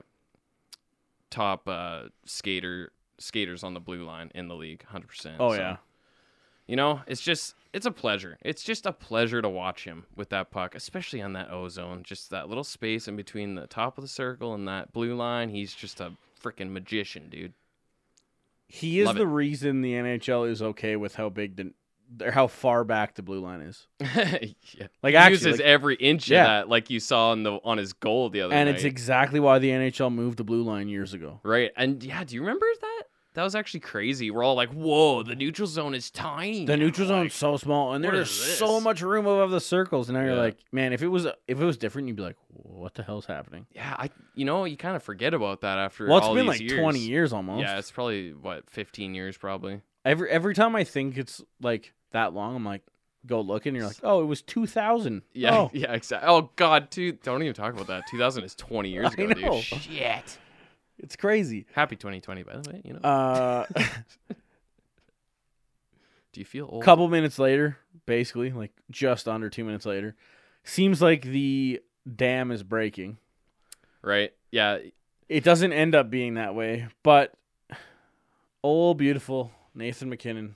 Speaker 2: top uh, skater skaters on the blue line in the league, hundred percent.
Speaker 1: oh yeah.
Speaker 2: You know, it's just it's a pleasure. It's just a pleasure to watch him with that puck, especially on that ozone, just that little space in between the top of the circle and that blue line. He's just a freaking magician, dude.
Speaker 1: He is
Speaker 2: Love it.
Speaker 1: the reason the NHL is okay with how big the or how far back the blue line is.
Speaker 2: yeah.
Speaker 1: Like
Speaker 2: He
Speaker 1: actually,
Speaker 2: uses
Speaker 1: like-
Speaker 2: every inch
Speaker 1: yeah.
Speaker 2: of that, like you saw on the on his goal the other
Speaker 1: and
Speaker 2: night.
Speaker 1: it's exactly why the NHL moved the blue line years ago.
Speaker 2: right. And yeah, do you remember that? That was actually crazy. We're all like, "Whoa, the neutral zone is tiny."
Speaker 1: The
Speaker 2: now."
Speaker 1: neutral
Speaker 2: Like,
Speaker 1: zone's so small, and
Speaker 2: what
Speaker 1: there's
Speaker 2: is
Speaker 1: so
Speaker 2: this?
Speaker 1: much room above the circles. And now you're
Speaker 2: Yeah.
Speaker 1: like, man, if it was if it was different, you'd be like, what the hell's happening?
Speaker 2: Yeah, I you know you kind of forget about that after
Speaker 1: Well, it's
Speaker 2: all
Speaker 1: been like
Speaker 2: these years.
Speaker 1: 20 years almost.
Speaker 2: Yeah, it's probably what 15 years probably.
Speaker 1: Every every time I think it's like that long, I'm like, go look and you're like, oh, it was 2000.
Speaker 2: Yeah,
Speaker 1: Oh,
Speaker 2: yeah, exactly. Oh God, dude, don't even talk about that. 2000 is 20 years
Speaker 1: I
Speaker 2: ago,
Speaker 1: know.
Speaker 2: dude. Shit.
Speaker 1: it's crazy.
Speaker 2: Happy 2020, by the way. You know,
Speaker 1: Uh,
Speaker 2: do you feel old?
Speaker 1: couple minutes later, basically, like just under two minutes later, seems like the dam is breaking.
Speaker 2: Right? Yeah.
Speaker 1: It doesn't end up being that way, but old beautiful Nathan McKinnon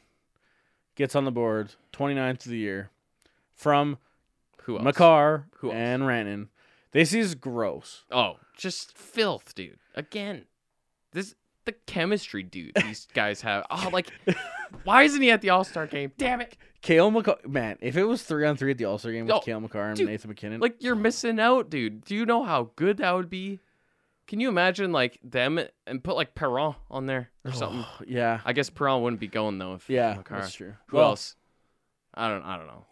Speaker 1: gets on the board, 29th of the year, from
Speaker 2: Who else?
Speaker 1: McCarr
Speaker 2: Who else?
Speaker 1: and Rannon. This is gross.
Speaker 2: Oh, just filth, dude. Again, this the chemistry, dude. These guys have. Oh, like, why isn't he at the All Star game? Damn it!
Speaker 1: Kale McCarr, man, if it was three on three at the All Star game with
Speaker 2: Oh,
Speaker 1: Kale McCarr and
Speaker 2: dude,
Speaker 1: Nathan McKinnon,
Speaker 2: Like, you're missing out, dude. Do you know how good that would be? Can you imagine like them and put like Perron on there or something?
Speaker 1: yeah,
Speaker 2: I guess Perron wouldn't be going though. If
Speaker 1: yeah,
Speaker 2: Makar-
Speaker 1: that's true.
Speaker 2: Who
Speaker 1: Well,
Speaker 2: else? I don't. I don't know.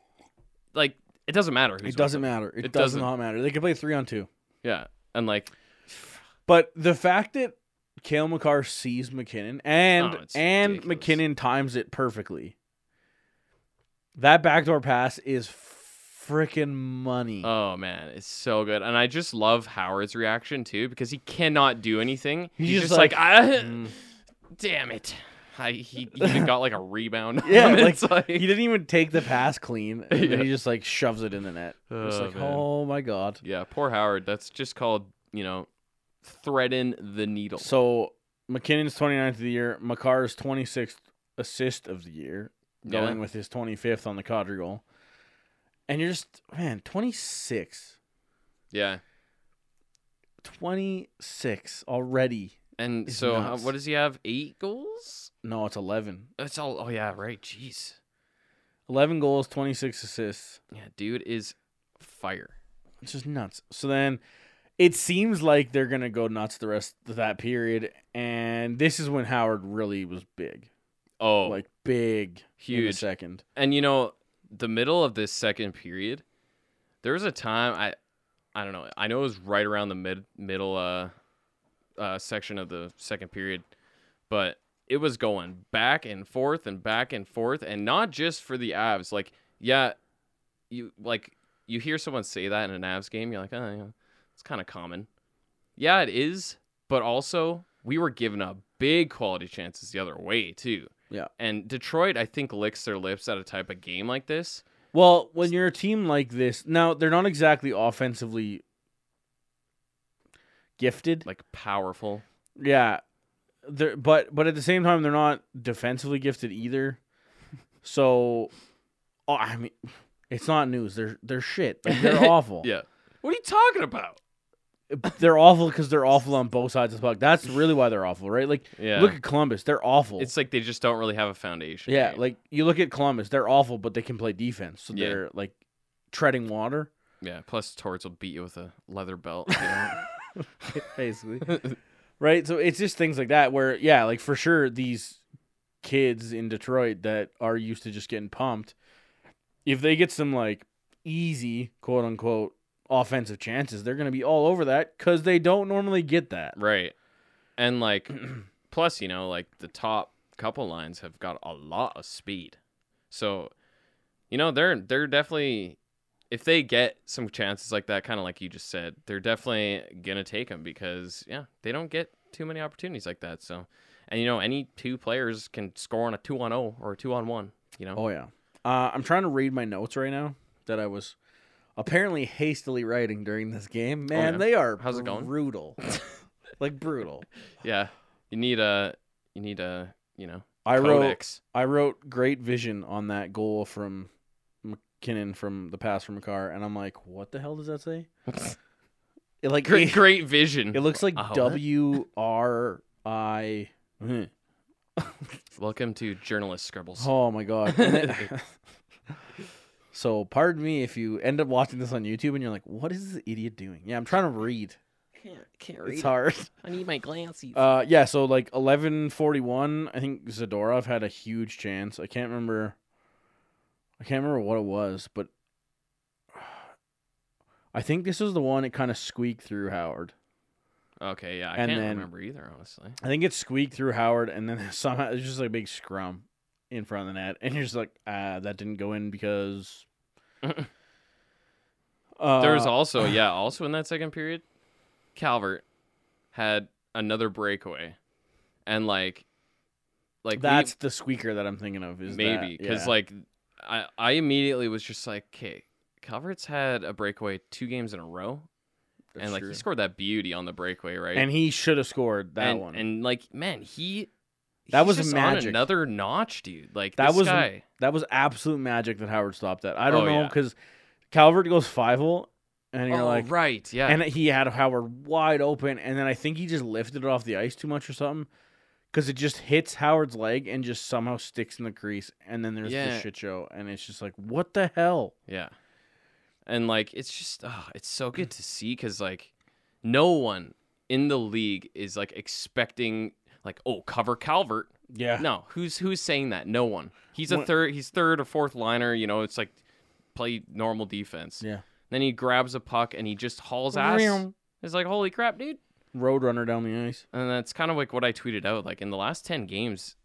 Speaker 2: Like it doesn't matter. Who's
Speaker 1: It doesn't matter. It,
Speaker 2: It
Speaker 1: does
Speaker 2: doesn't.
Speaker 1: not matter. They could play three on two,
Speaker 2: Yeah, and like
Speaker 1: but the fact that Kale McCarr sees McKinnon and
Speaker 2: Oh, it's
Speaker 1: and
Speaker 2: ridiculous.
Speaker 1: McKinnon times it perfectly. That backdoor pass is freaking money.
Speaker 2: oh man, it's so good. And I just love Howard's reaction too because he cannot do anything.
Speaker 1: He's
Speaker 2: He's,
Speaker 1: just
Speaker 2: just, like,
Speaker 1: like,
Speaker 2: "Ah,
Speaker 1: Mm.
Speaker 2: damn it. I, he he even got like a rebound.
Speaker 1: Yeah,
Speaker 2: on it.
Speaker 1: like,
Speaker 2: It's like-
Speaker 1: he didn't even take the pass clean, and then
Speaker 2: Yeah.
Speaker 1: he just like shoves it in the net. It's
Speaker 2: Oh,
Speaker 1: like,
Speaker 2: man.
Speaker 1: oh my god.
Speaker 2: yeah, poor Howard. That's just called you know threading the needle.
Speaker 1: So McKinnon's 29th of the year, McCarr's 26th assist of the year,
Speaker 2: Yeah.
Speaker 1: going with his 25th on the quadrigal. And you're just, man, 26.
Speaker 2: yeah,
Speaker 1: 26 already.
Speaker 2: and
Speaker 1: It's
Speaker 2: so how,
Speaker 1: nuts.
Speaker 2: what does he have? Eight goals.
Speaker 1: No, it's 11.
Speaker 2: That's all. Oh yeah, right. Jeez.
Speaker 1: 11 goals, 26 assists.
Speaker 2: Yeah, dude is fire.
Speaker 1: It's just nuts. So then it seems like they're going to go nuts the rest of that period. And this is when Howard really was big.
Speaker 2: Oh,
Speaker 1: Like, big. In a
Speaker 2: Huge.
Speaker 1: second.
Speaker 2: and you know the middle of this second period there was a time i i don't know i know it was right around the mid middle uh uh section of the second period but it was going back and forth and back and forth and not just for the avs like yeah you like you hear someone say that in an avs game you're like oh yeah it's kind of common yeah it is but also we were given up big quality chances the other way too and Detroit, I think, licks their lips at a type of game like this.
Speaker 1: Well, when you're a team like this, now they're not exactly offensively gifted.
Speaker 2: Like powerful.
Speaker 1: Yeah. They're, but but at the same time they're not defensively gifted either. So oh, I mean it's not news. They're they're shit. Like, they're awful.
Speaker 2: Yeah. What are you talking about?
Speaker 1: They're awful cuz they're awful on both sides of the puck. That's really why they're awful, right? Like
Speaker 2: Yeah.
Speaker 1: look at Columbus. They're awful.
Speaker 2: it's like they just don't really have a foundation.
Speaker 1: yeah,
Speaker 2: right?
Speaker 1: like you look at Columbus. They're awful, but they can play defense. So
Speaker 2: Yeah.
Speaker 1: they're like treading water.
Speaker 2: yeah. Plus, Torts will beat you with a leather belt. you know?
Speaker 1: basically. right? So it's just things like that where, yeah, like for sure, these kids in Detroit that are used to just getting pumped, if they get some like easy, quote unquote, offensive chances, they're going to be all over that because they don't normally get that.
Speaker 2: right. And like, plus, you know, like the top couple lines have got a lot of speed. So, you know, they're they're definitely if they get some chances like that, kind of like you just said, they're definitely gonna take them because yeah, they don't get too many opportunities like that. So, and you know, any two players can score on a two on zero or a two on one. You know,
Speaker 1: Oh, yeah. Uh, I'm trying to read my notes right now that I was apparently hastily writing during this game. Man,
Speaker 2: Oh, yeah.
Speaker 1: they are
Speaker 2: How's it going?
Speaker 1: brutal. like, brutal.
Speaker 2: yeah, you need a you need a you know
Speaker 1: I wrote.
Speaker 2: codex.
Speaker 1: I wrote great vision on that goal from McKinnon from the pass from McCarr, and I'm like, what the hell does that say? It like
Speaker 2: Great,
Speaker 1: it,
Speaker 2: great vision.
Speaker 1: it looks like
Speaker 2: Oh, what?
Speaker 1: W R I. Mm.
Speaker 2: Welcome to journalist scribbles.
Speaker 1: Oh my god! And then- so pardon me if you end up watching this on YouTube and you're like, what is this idiot doing? Yeah, I'm trying to read.
Speaker 2: can't, can't
Speaker 1: It's hard.
Speaker 2: I need my glances.
Speaker 1: Uh, yeah. So like eleven forty one, I think Zadorov had a huge chance. I can't remember. I can't remember what it was, but I think this is the one it kind of squeaked through Howard.
Speaker 2: Okay, yeah, I
Speaker 1: And
Speaker 2: can't
Speaker 1: then-
Speaker 2: remember either, honestly.
Speaker 1: I think it squeaked through Howard, and then somehow it's just like a big scrum in front of the net, and you're just like, ah, that didn't go in because uh,
Speaker 2: there was also, yeah, also in that second period, Calvert had another breakaway, and like, like we-
Speaker 1: that's the squeaker that I'm thinking of. Is
Speaker 2: maybe because
Speaker 1: because
Speaker 2: like I, I immediately was just like okay calvert's had a breakaway two games in a row and like he scored that beauty on the breakaway right
Speaker 1: and he should have scored that
Speaker 2: and,
Speaker 1: one.
Speaker 2: and like man he
Speaker 1: That
Speaker 2: he's
Speaker 1: was
Speaker 2: just
Speaker 1: magic.
Speaker 2: on another notch dude like
Speaker 1: that
Speaker 2: this
Speaker 1: was
Speaker 2: guy,
Speaker 1: that was absolute magic that Howard stopped that. I don't
Speaker 2: Oh,
Speaker 1: know
Speaker 2: yeah.
Speaker 1: because Calvert goes five hole, and you're
Speaker 2: oh,
Speaker 1: like,
Speaker 2: right yeah
Speaker 1: and he had Howard wide open, and then I think he just lifted it off the ice too much or something, because it just hits Howard's leg and just somehow sticks in the crease, and then there's
Speaker 2: Yeah.
Speaker 1: the shit show, and it's just like, what the hell?
Speaker 2: yeah and like it's just oh, it's so good to see because like no one in the league is like expecting like oh cover calvert
Speaker 1: Yeah,
Speaker 2: No, who's who's saying that? No one. He's a
Speaker 1: When-
Speaker 2: third. He's third or fourth liner. You know, it's like play normal defense.
Speaker 1: Yeah.
Speaker 2: Then he grabs a puck and he just hauls ass. It's like holy crap, dude.
Speaker 1: Roadrunner down the ice.
Speaker 2: And that's kind of like what I tweeted out. Like in the last ten games,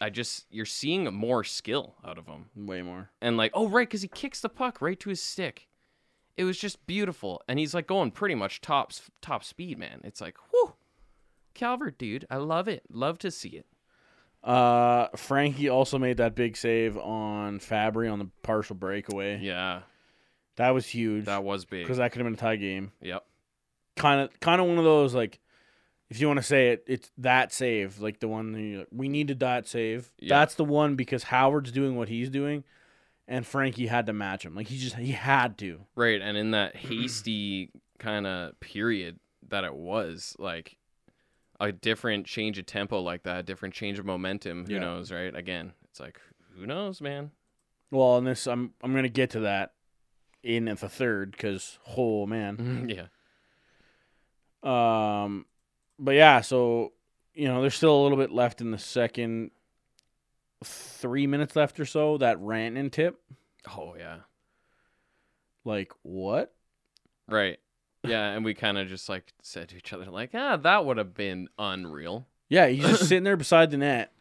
Speaker 2: I just you're seeing more skill out of him.
Speaker 1: Way more.
Speaker 2: And like oh right, because he kicks the puck right to his stick. It was just beautiful, and he's like going pretty much top s- top speed, man. It's like whoo, Calvert, dude. I love it. Love to see it.
Speaker 1: Uh, Frankie also made that big save on Fabry on the partial breakaway.
Speaker 2: Yeah,
Speaker 1: That was huge.
Speaker 2: that was big.
Speaker 1: because that could have been a tie game.
Speaker 2: Yep.
Speaker 1: kind of kind of one of those like if you want to say it it's that save like the one that you we needed that save
Speaker 2: Yeah.
Speaker 1: that's the one because howard's doing what he's doing and frankie had to match him like he just he had to
Speaker 2: Right, and in that hasty kind of period that it was, like a different change of tempo like that, different change of momentum, who
Speaker 1: Yeah.
Speaker 2: knows, right? Again, it's like who knows, man.
Speaker 1: well and this i'm i'm gonna get to that in at the third because oh man
Speaker 2: yeah.
Speaker 1: Um, but yeah, so you know, there's still a little bit left in the second. Three minutes left or so. That Rantanen tip,
Speaker 2: Oh yeah.
Speaker 1: like what?
Speaker 2: Right. Yeah, and we kind of just like said to each other like, "Ah, that would have been unreal."
Speaker 1: Yeah, he's just sitting there beside the net.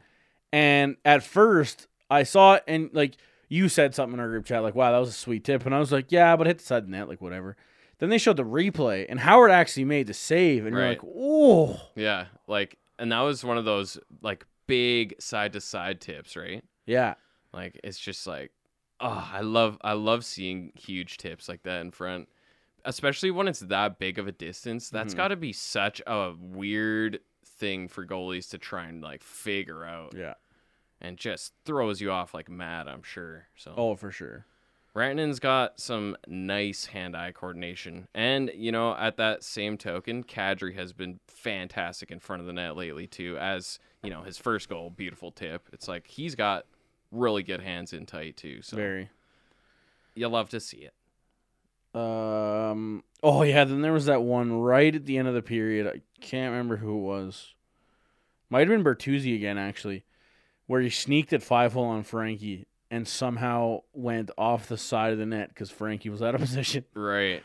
Speaker 1: And at first, I saw it, and like you said something in our group chat, like, "Wow, that was a sweet tip," and I was like, "Yeah, but hit the side of the net, like whatever." Then they showed the replay, and Howard actually made the save, and you're
Speaker 2: Right.
Speaker 1: like, "Oh,
Speaker 2: Yeah, like and that was one of those like big side to side tips, right?
Speaker 1: yeah."
Speaker 2: Like it's just like, oh, I love I love seeing huge tips like that in front, especially when it's that big of a distance. That's
Speaker 1: Mhm.
Speaker 2: got to be such a weird thing for goalies to try and like figure out,
Speaker 1: Yeah.
Speaker 2: and just throws you off like mad. I'm sure. So
Speaker 1: Oh, for sure.
Speaker 2: Rantanen's got some nice hand-eye coordination, and you know, at that same token, Kadri has been fantastic in front of the net lately too. As you know, his first goal, beautiful tip. It's like he's got really good hands in tight too. So
Speaker 1: Very.
Speaker 2: you love to see it.
Speaker 1: Um. Oh yeah. Then there was that one right at the end of the period. I can't remember who it was. Might have been Bertuzzi again, actually, where he sneaked at five hole on Frankie and somehow went off the side of the net because Frankie was out of position.
Speaker 2: Right.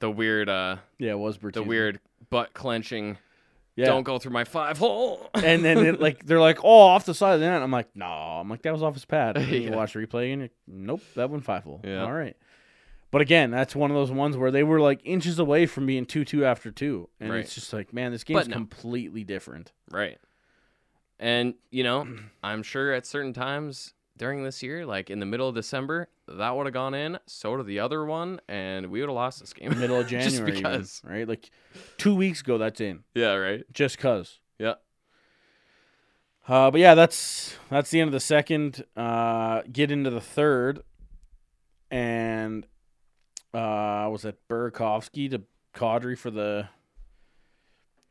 Speaker 2: The weird, uh,
Speaker 1: Yeah, it was Bertuzzi.
Speaker 2: the weird butt clenching.
Speaker 1: Yeah.
Speaker 2: Don't go through my five hole.
Speaker 1: and then it, like they're like, oh, off the side of the net. I'm like, no. I'm like, that was off his pad. And You
Speaker 2: Yeah.
Speaker 1: watch the replay and you're, nope, that one five hole.
Speaker 2: Yeah.
Speaker 1: All right. But again, that's one of those ones where they were like inches away from being two two after two, and
Speaker 2: Right.
Speaker 1: it's just like, man, this game's
Speaker 2: But no.
Speaker 1: completely different.
Speaker 2: right. And you know, I'm sure at certain times during this year, like in the middle of December, that would have gone in. So did the other one, and we would have lost this game.
Speaker 1: Middle of January,
Speaker 2: Just
Speaker 1: even,
Speaker 2: because.
Speaker 1: right? Like two weeks ago, that's in
Speaker 2: yeah. Right.
Speaker 1: just cause.
Speaker 2: Yeah.
Speaker 1: Uh, but yeah, that's that's the end of the second. Uh, get into the third, and uh, was it Burakovsky to Kadri for the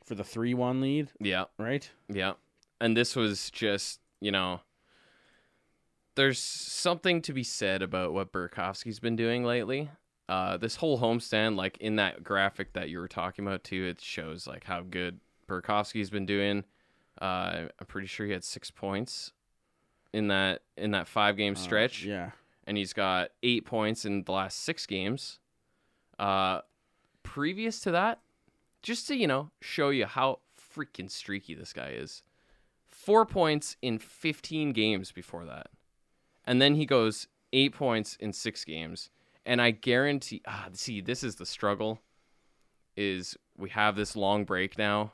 Speaker 1: for the three one lead,
Speaker 2: Yeah.
Speaker 1: right?
Speaker 2: Yeah. And this was just, you know, there's something to be said about what Burkowski's been doing lately. Uh, this whole homestand, like in that graphic that you were talking about too, it shows like how good Burkowski's been doing. Uh, I'm pretty sure he had six points in that in that five game
Speaker 1: Uh,
Speaker 2: stretch
Speaker 1: yeah,
Speaker 2: and he's got eight points in the last six games. Uh, previous to that, just to you know show you how freaking streaky this guy is, four points in 15 games before that, and then he goes eight points in six games, and I guarantee. Ah, see, this is the struggle. Is we have this long break now.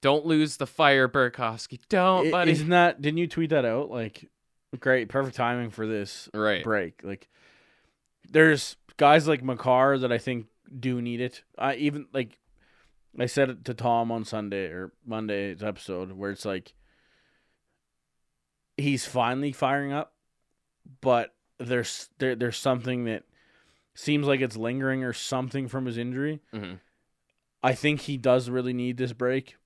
Speaker 2: Don't lose the fire, Burkowski. Don't,
Speaker 1: I-
Speaker 2: Oh, buddy.
Speaker 1: Isn't that? Didn't you tweet that out? Like, great, perfect timing for this
Speaker 2: right.
Speaker 1: break. Like, there's guys like Makar that I think do need it. I even like, I said it to Tom on Sunday or Monday's episode where it's like, he's finally firing up, but there's there there's something that seems like it's lingering or something from his injury.
Speaker 2: Mhm.
Speaker 1: I think he does really need this break.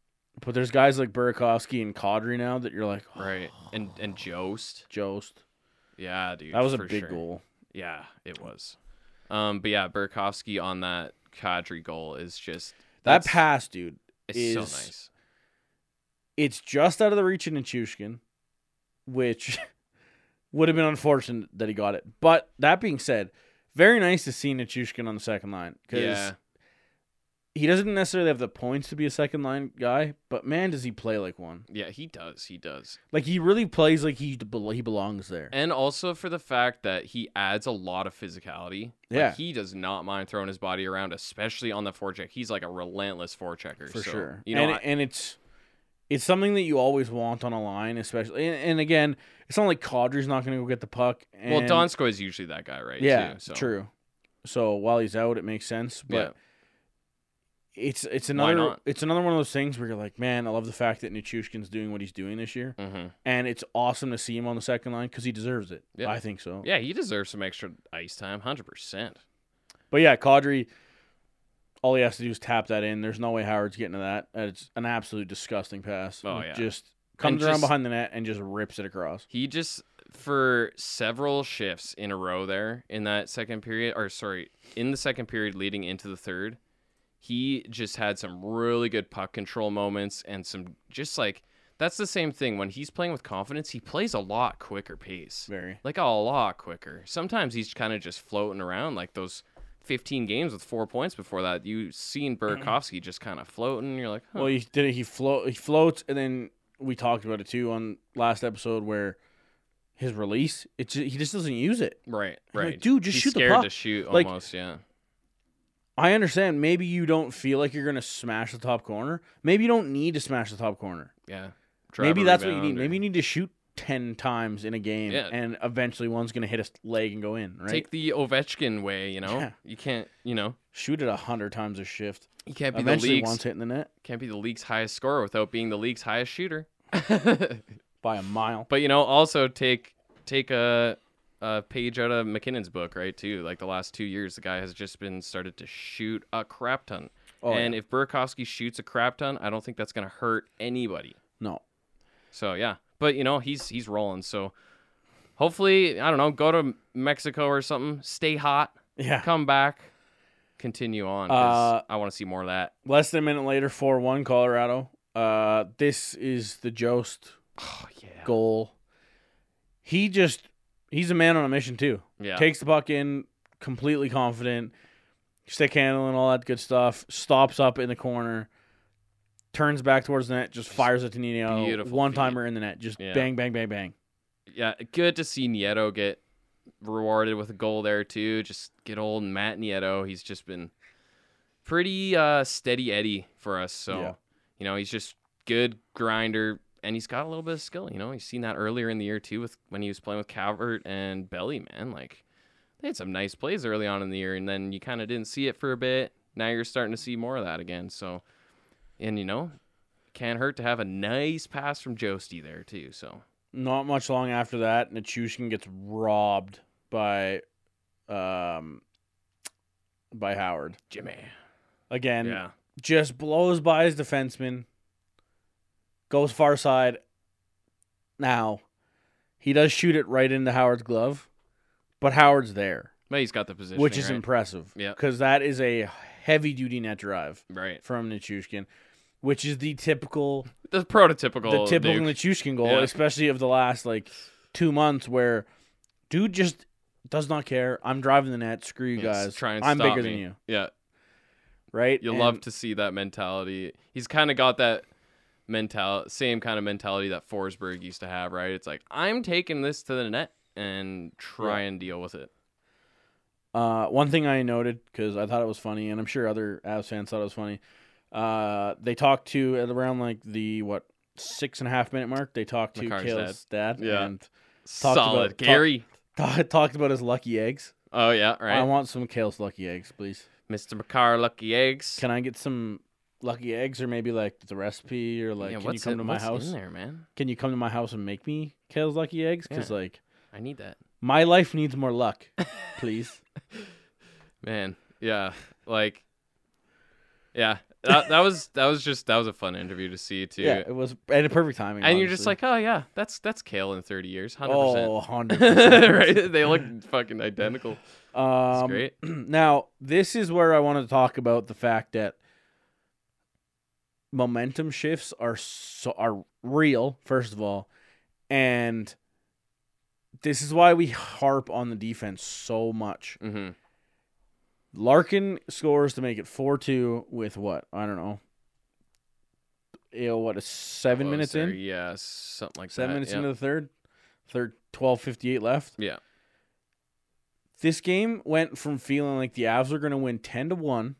Speaker 1: But there's guys like Burakovsky and Kadri now that you're like, oh,
Speaker 2: Right. And and Jost.
Speaker 1: Jost.
Speaker 2: Yeah, dude.
Speaker 1: That was a
Speaker 2: for
Speaker 1: big
Speaker 2: sure.
Speaker 1: goal.
Speaker 2: Yeah, it was. Um, but yeah, Burkowski on that Kadri goal is just
Speaker 1: That
Speaker 2: that's-
Speaker 1: pass, dude.
Speaker 2: it's so
Speaker 1: is-
Speaker 2: nice.
Speaker 1: It's just out of the reach of Nichushkin, which would have been unfortunate that he got it. But that being said, very nice to see Nichushkin on the second line because
Speaker 2: Yeah,
Speaker 1: he doesn't necessarily have the points to be a second line guy, but man, does he play like one.
Speaker 2: yeah, he does. He does.
Speaker 1: Like he really plays like he bel- he belongs there.
Speaker 2: And also for the fact that he adds a lot of physicality. Like,
Speaker 1: Yeah.
Speaker 2: he does not mind throwing his body around, especially on the forecheck. He's like a relentless forechecker.
Speaker 1: for
Speaker 2: so,
Speaker 1: sure.
Speaker 2: You know,
Speaker 1: and,
Speaker 2: I-
Speaker 1: and it's it's something that you always want on a line, especially. And, and again, it's not like Cadre's not going to go get the puck. And,
Speaker 2: well, Donskoy is usually that guy, right?
Speaker 1: yeah,
Speaker 2: too, so.
Speaker 1: true. So while he's out, it makes sense.
Speaker 2: Yeah,
Speaker 1: But it's it's
Speaker 2: Why
Speaker 1: another
Speaker 2: not?
Speaker 1: it's another one of those things where you're like, man, I love the fact that Nichushkin's doing what he's doing this year,
Speaker 2: hmm
Speaker 1: and it's awesome to see him on the second line because he deserves it.
Speaker 2: Yeah.
Speaker 1: I think so.
Speaker 2: yeah, he deserves some extra ice time, hundred percent.
Speaker 1: But yeah, Cadre, all he has to do is tap that in. There's no way Howard's getting to that. And It's an absolute disgusting pass.
Speaker 2: Oh,
Speaker 1: It
Speaker 2: yeah.
Speaker 1: Just comes around
Speaker 2: just-
Speaker 1: behind the net and just rips it across.
Speaker 2: He just for several shifts in a row there in that second period, or sorry, in the second period leading into the third, he just had some really good puck control moments and some just like that's the same thing when he's playing with confidence, he plays a lot quicker pace.
Speaker 1: Very.
Speaker 2: Like a lot quicker. Sometimes he's kind of just floating around like those 15 games with 4 points before that. You seen Burakovsky just kind of floating, you're like, huh.
Speaker 1: Well, he did it. He float. He floats, and then we talked about it too on last episode where his release. It ju- he just doesn't use it.
Speaker 2: right,
Speaker 1: I'm
Speaker 2: right.
Speaker 1: like, dude, just
Speaker 2: He's
Speaker 1: shoot the
Speaker 2: scared
Speaker 1: puck.
Speaker 2: to shoot
Speaker 1: Like,
Speaker 2: almost, yeah.
Speaker 1: I understand. Maybe you don't feel like you're gonna smash the top corner. Maybe you don't need to smash the top corner.
Speaker 2: Yeah.
Speaker 1: Maybe
Speaker 2: Drive a
Speaker 1: that's what you need.
Speaker 2: rebound or-
Speaker 1: Maybe you need to shoot ten times in a game,
Speaker 2: Yeah.
Speaker 1: and eventually one's gonna hit a leg and go in. Right.
Speaker 2: take the Ovechkin way, you know.
Speaker 1: Yeah.
Speaker 2: You can't, you know,
Speaker 1: shoot it a hundred times a shift.
Speaker 2: you can't be the
Speaker 1: Eventually,
Speaker 2: league's
Speaker 1: once hitting the net
Speaker 2: can't be the league's highest scorer without being the league's highest shooter. but
Speaker 1: by a mile.
Speaker 2: you know, also take take a a page out of McKinnon's book, right? Too like the last two years, the guy has just been started to shoot a crap ton.
Speaker 1: Oh,
Speaker 2: and if Burakovsky shoots a crap ton, I don't think that's gonna hurt anybody.
Speaker 1: No,
Speaker 2: So yeah, but you know he's he's rolling. So hopefully, I don't know, go to Mexico or something, stay hot,
Speaker 1: yeah.
Speaker 2: come back, continue on. 'cause
Speaker 1: Uh,
Speaker 2: I want to see more of that.
Speaker 1: Less than a minute later, four one Colorado. Uh, this is the Jost
Speaker 2: Oh yeah.
Speaker 1: goal. He just he's a man on a mission too.
Speaker 2: Yeah.
Speaker 1: Takes the puck in, completely confident, stick handle and all that good stuff. Stops up in the corner, turns back towards the net, just,
Speaker 2: Just
Speaker 1: fires it to Nino.
Speaker 2: beautiful
Speaker 1: One timer in the net, just
Speaker 2: Yeah.
Speaker 1: bang, bang, bang, bang.
Speaker 2: yeah. Good to see Nieto get rewarded with a goal there too. Just get old Matt Nieto. He's just been pretty uh, steady Eddie for us. So
Speaker 1: Yeah.
Speaker 2: you know he's just good grinder. And he's got a little bit of skill, you know. He's seen that earlier in the year too, with when he was playing with Calvert and Belly. Man, like they had some nice plays early on in the year, and then you kind of didn't see it for a bit. Now you're starting to see more of that again. So, and you know, can't hurt to have a nice pass from Josty there too. So
Speaker 1: Not much long after that, Nichushkin gets robbed by, um, by Howard
Speaker 2: Jimmy.
Speaker 1: again.
Speaker 2: yeah.
Speaker 1: Just blows by his defenseman, goes far side. Now, he does shoot it right into Howard's glove, but Howard's there,
Speaker 2: But he's got the position.
Speaker 1: which is
Speaker 2: right?
Speaker 1: impressive.
Speaker 2: Yeah.
Speaker 1: because that is a heavy duty net drive
Speaker 2: right.
Speaker 1: from Nichushkin, which is the typical
Speaker 2: The prototypical.
Speaker 1: the typical
Speaker 2: Duke.
Speaker 1: Nichushkin goal,
Speaker 2: Yeah.
Speaker 1: especially of the last like two months, where dude just does not care. I'm driving the net. Screw you
Speaker 2: Yeah, s-
Speaker 1: guys.
Speaker 2: Try and
Speaker 1: I'm
Speaker 2: stop
Speaker 1: bigger
Speaker 2: me.
Speaker 1: than you,
Speaker 2: Yeah,
Speaker 1: right?
Speaker 2: you
Speaker 1: And
Speaker 2: love to see that mentality. He's kind of got that mental, same kind of mentality that Forsberg used to have, right? It's like I'm taking this to the net and try and deal with it.
Speaker 1: Uh, one thing I noted because I thought it was funny, and I'm sure other Avs fans thought it was funny. Uh, they talked to at around like the what six and a half minute mark. They talked to
Speaker 2: Makar's
Speaker 1: Kale's dad,
Speaker 2: Yeah.
Speaker 1: and about-
Speaker 2: Solid,
Speaker 1: talk-
Speaker 2: Gary.
Speaker 1: talked about his lucky eggs.
Speaker 2: oh yeah,
Speaker 1: I
Speaker 2: right.
Speaker 1: want some Kale's lucky eggs, please.
Speaker 2: Mr. McCarr, lucky eggs.
Speaker 1: Can I get some lucky eggs, or maybe like the recipe, or like
Speaker 2: yeah,
Speaker 1: can you
Speaker 2: what's
Speaker 1: come
Speaker 2: it-
Speaker 1: to my
Speaker 2: what's in
Speaker 1: house?
Speaker 2: there, man?
Speaker 1: Can you come to my house and make me Kale's lucky eggs? Because
Speaker 2: Yeah.
Speaker 1: like
Speaker 2: I need that,
Speaker 1: my life needs more luck, please.
Speaker 2: man. Yeah, like, yeah. That, that was that was just that was a fun interview to see too.
Speaker 1: yeah, it was at a perfect timing.
Speaker 2: and you're just
Speaker 1: honestly.
Speaker 2: like, oh yeah, that's that's Kale in 30 years, 100.
Speaker 1: oh, 100 percent.
Speaker 2: right? They look fucking identical. It's
Speaker 1: Um,
Speaker 2: great.
Speaker 1: Now, this is where I want to talk about the fact that momentum shifts are so, are real, first of all, and this is why we harp on the defense so much.
Speaker 2: hmm
Speaker 1: Larkin scores to make it four two with what I don't know. You know what? A seven minutes in,
Speaker 2: Yeah, something like
Speaker 1: seven
Speaker 2: that.
Speaker 1: minutes
Speaker 2: yeah.
Speaker 1: into the third, third twelve fifty eight left.
Speaker 2: Yeah.
Speaker 1: this game went from feeling like the Avs are going to win 10 to 1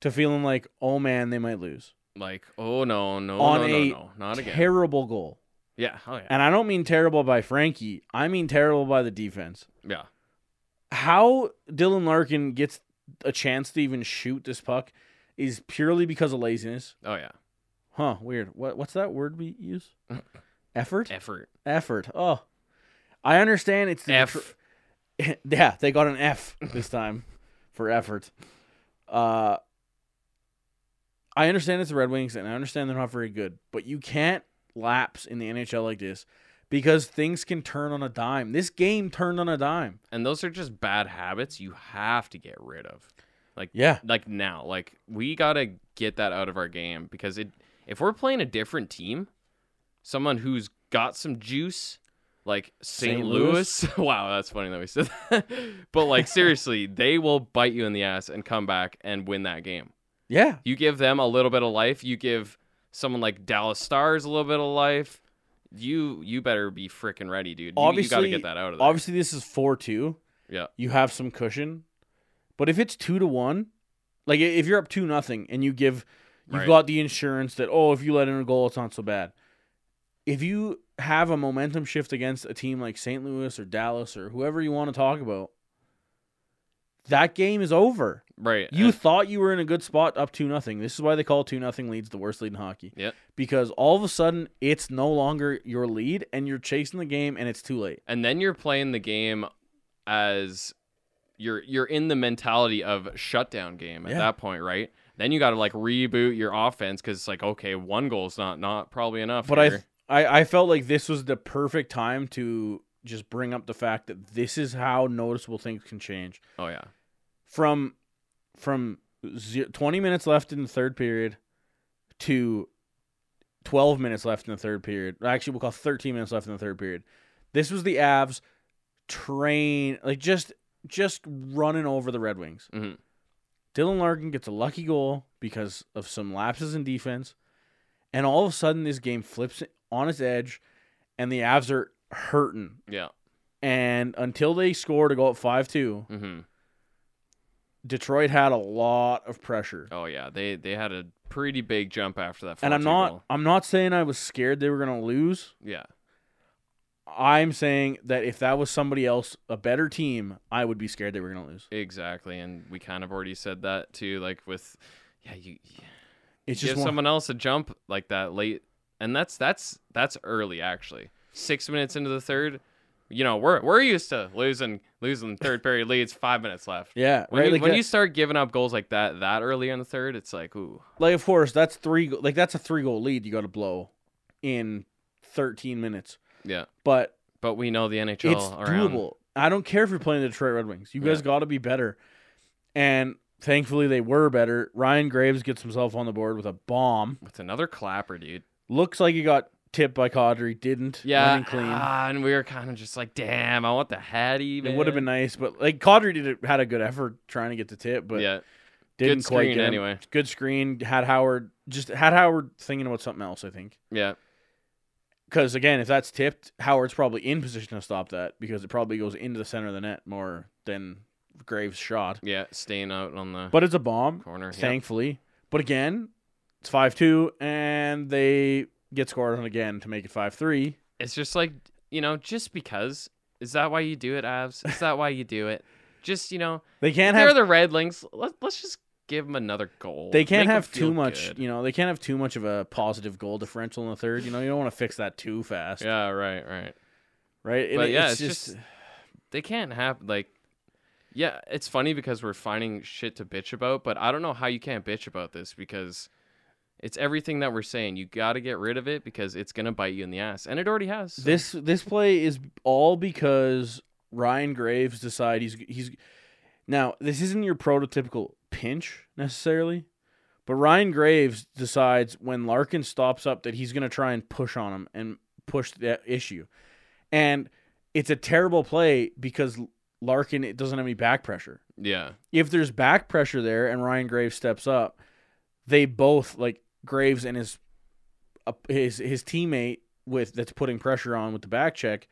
Speaker 1: to feeling like, oh man, they might lose.
Speaker 2: Like, oh no, no,
Speaker 1: On
Speaker 2: no,
Speaker 1: a
Speaker 2: no, no, not again.
Speaker 1: Terrible goal.
Speaker 2: yeah, oh yeah,
Speaker 1: And I don't mean terrible by Frankie, I mean terrible by the defense.
Speaker 2: yeah.
Speaker 1: How Dylan Larkin gets a chance to even shoot this puck is purely because of laziness.
Speaker 2: Oh yeah,
Speaker 1: Huh, weird. What what's that word we use? Effort?
Speaker 2: effort.
Speaker 1: Effort. Oh. I understand it's the
Speaker 2: F.
Speaker 1: Detro- yeah, they got an F this time for effort. Uh, I understand it's the Red Wings, and I understand they're not very good, but you can't lapse in the NHL like this because things can turn on a dime. This game turned on a dime.
Speaker 2: And those are just bad habits you have to get rid of. Like,
Speaker 1: Yeah,
Speaker 2: like now, like we gotta get that out of our game because it. If we're playing a different team, someone who's got some juice, like St.
Speaker 1: St.
Speaker 2: Louis. wow, that's funny that we said that. but like seriously, they will bite you in the ass and come back and win that game.
Speaker 1: yeah.
Speaker 2: You give them a little bit of life. You give someone like Dallas Stars a little bit of life. You you better be freaking ready, dude. You- you, got to
Speaker 1: Obviously-
Speaker 2: get that out of there.
Speaker 1: Obviously, this is four two.
Speaker 2: Yeah.
Speaker 1: you have some cushion, but if it's two to one, like i- if you're up two nothing and you give, you've
Speaker 2: Right.
Speaker 1: got the insurance that oh, if you let in a goal, it's not so bad. If you have a momentum shift against a team like St. Louis or Dallas or whoever you want to talk about, that game is over.
Speaker 2: right.
Speaker 1: You
Speaker 2: and-
Speaker 1: thought you were in a good spot up two nothing. This is why they call two nothing leads the worst lead in hockey.
Speaker 2: Yep.
Speaker 1: Because all of a sudden it's no longer your lead and you're chasing the game and it's too late.
Speaker 2: and then you're playing the game as you're you're in the mentality of shutdown game at
Speaker 1: Yeah.
Speaker 2: that point, right? Then you got to like reboot your offense because it's like okay, one goal's not not probably enough.
Speaker 1: But I,
Speaker 2: here.
Speaker 1: I I felt like this was the perfect time to just bring up the fact that this is how noticeable things can change
Speaker 2: oh yeah,
Speaker 1: from from ze- 20 minutes left in the third period to 12 minutes left in the third period. Actually, we'll call 13 minutes left in the third period. This was the Avs train like just just running over the Red Wings.
Speaker 2: Mhm.
Speaker 1: Dylan Larkin gets a lucky goal because of some lapses in defense, and all of a sudden this game flips on its edge, and the Avs are hurting.
Speaker 2: yeah,
Speaker 1: And until they score to go up five two,
Speaker 2: hmm
Speaker 1: Detroit had a lot of pressure.
Speaker 2: oh yeah. They they had a pretty big jump after that.
Speaker 1: and I'm
Speaker 2: Fonte
Speaker 1: not
Speaker 2: goal.
Speaker 1: I'm not saying I was scared they were gonna lose.
Speaker 2: Yeah,
Speaker 1: I'm saying that if that was somebody else, a better team, I would be scared they were gonna lose.
Speaker 2: Exactly, and we kind of already said that too. Like with, yeah, you, you
Speaker 1: It's just
Speaker 2: give
Speaker 1: one,
Speaker 2: someone else a jump like that late, and that's that's that's early actually. Six minutes into the third, you know we're we're used to losing losing third period leads. Five minutes left.
Speaker 1: yeah,
Speaker 2: When,
Speaker 1: right.
Speaker 2: you,
Speaker 1: like,
Speaker 2: when
Speaker 1: that-
Speaker 2: you start giving up goals like that that early in the third, it's like ooh,
Speaker 1: like, of course that's three. go- Like that's a three goal lead you got to blow in 13 minutes,
Speaker 2: yeah.
Speaker 1: but
Speaker 2: But we know the NHL
Speaker 1: it's
Speaker 2: around.
Speaker 1: doable. I don't care if you're playing the Detroit Red Wings. You guys
Speaker 2: Yeah.
Speaker 1: got to be better. And thankfully they were better. Ryan Graves gets himself on the board with a bomb.
Speaker 2: It's another clapper, dude.
Speaker 1: Looks like he got tip by Cadre didn't.
Speaker 2: Yeah,
Speaker 1: running clean.
Speaker 2: ah, and we were kind of just like, damn, I want the Hattie. Man.
Speaker 1: it would have been nice, but like Cadre did it, had a good effort trying to get the tip, but
Speaker 2: yeah,
Speaker 1: didn't
Speaker 2: good
Speaker 1: quite
Speaker 2: screen
Speaker 1: get him.
Speaker 2: anyway.
Speaker 1: Good screen. Had Howard just had Howard thinking about something else. I think
Speaker 2: Yeah,
Speaker 1: because again, if that's tipped, Howard's probably in position to stop that because it probably goes into the center of the net more than Graves' shot.
Speaker 2: yeah, staying out on the
Speaker 1: But it's a bomb,
Speaker 2: corner. yeah.
Speaker 1: thankfully. But again, it's five two, and they get scored on again to make it five three.
Speaker 2: It's just like you know, just because is that why you do it, Abs? Is that why you do it? Just you know,
Speaker 1: They can't
Speaker 2: they're
Speaker 1: have
Speaker 2: the Red Links. Let, let's just give them another goal.
Speaker 1: they can't
Speaker 2: Make 'em
Speaker 1: have too
Speaker 2: feel
Speaker 1: much.
Speaker 2: good.
Speaker 1: You know, they can't have too much of a positive goal differential in the third. You know, you don't want to fix that too fast,
Speaker 2: Yeah, right, right.
Speaker 1: right? And
Speaker 2: But
Speaker 1: it-
Speaker 2: yeah, it's just- They can't have like. Yeah, it's funny because we're finding shit to bitch about, but I don't know how you can't bitch about this because it's everything that we're saying. You got to get rid of it because it's gonna bite you in the ass, and it already has. so-
Speaker 1: This this play is all because Ryan Graves decide he's he's now this isn't your prototypical pinch necessarily, but Ryan Graves decides when Larkin stops up that he's gonna try and push on him and push that issue, and it's a terrible play because Larkin it doesn't have any back pressure.
Speaker 2: yeah,
Speaker 1: If there's back pressure there and Ryan Graves steps up, they both like Graves and his uh, his his teammate with that's putting pressure on with the back check,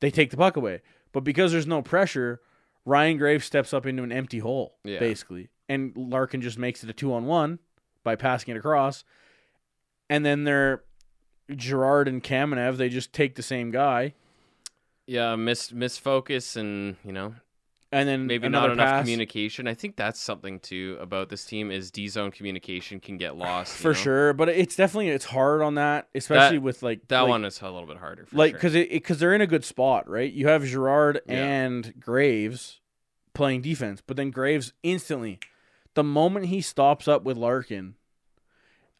Speaker 1: they take the puck away. But because there's no pressure, Ryan Graves steps up into an empty hole
Speaker 2: Yeah.
Speaker 1: basically, and Larkin just makes it a two on one by passing it across, and then they're Gerard and Kamenev they just take the same guy,
Speaker 2: yeah, miss misfocus and you know
Speaker 1: and then
Speaker 2: maybe not
Speaker 1: another
Speaker 2: enough
Speaker 1: pass.
Speaker 2: communication. I think that's something too about this team is D zone communication can get lost you
Speaker 1: for
Speaker 2: know?
Speaker 1: sure. But it's definitely it's hard on that, especially with like
Speaker 2: That
Speaker 1: like,
Speaker 2: one is a little bit harder. For
Speaker 1: like
Speaker 2: sure.
Speaker 1: because it because they're in a good spot, right? You have Gerard
Speaker 2: Yeah.
Speaker 1: and Graves playing defense, but then Graves instantly, the moment he stops up with Larkin,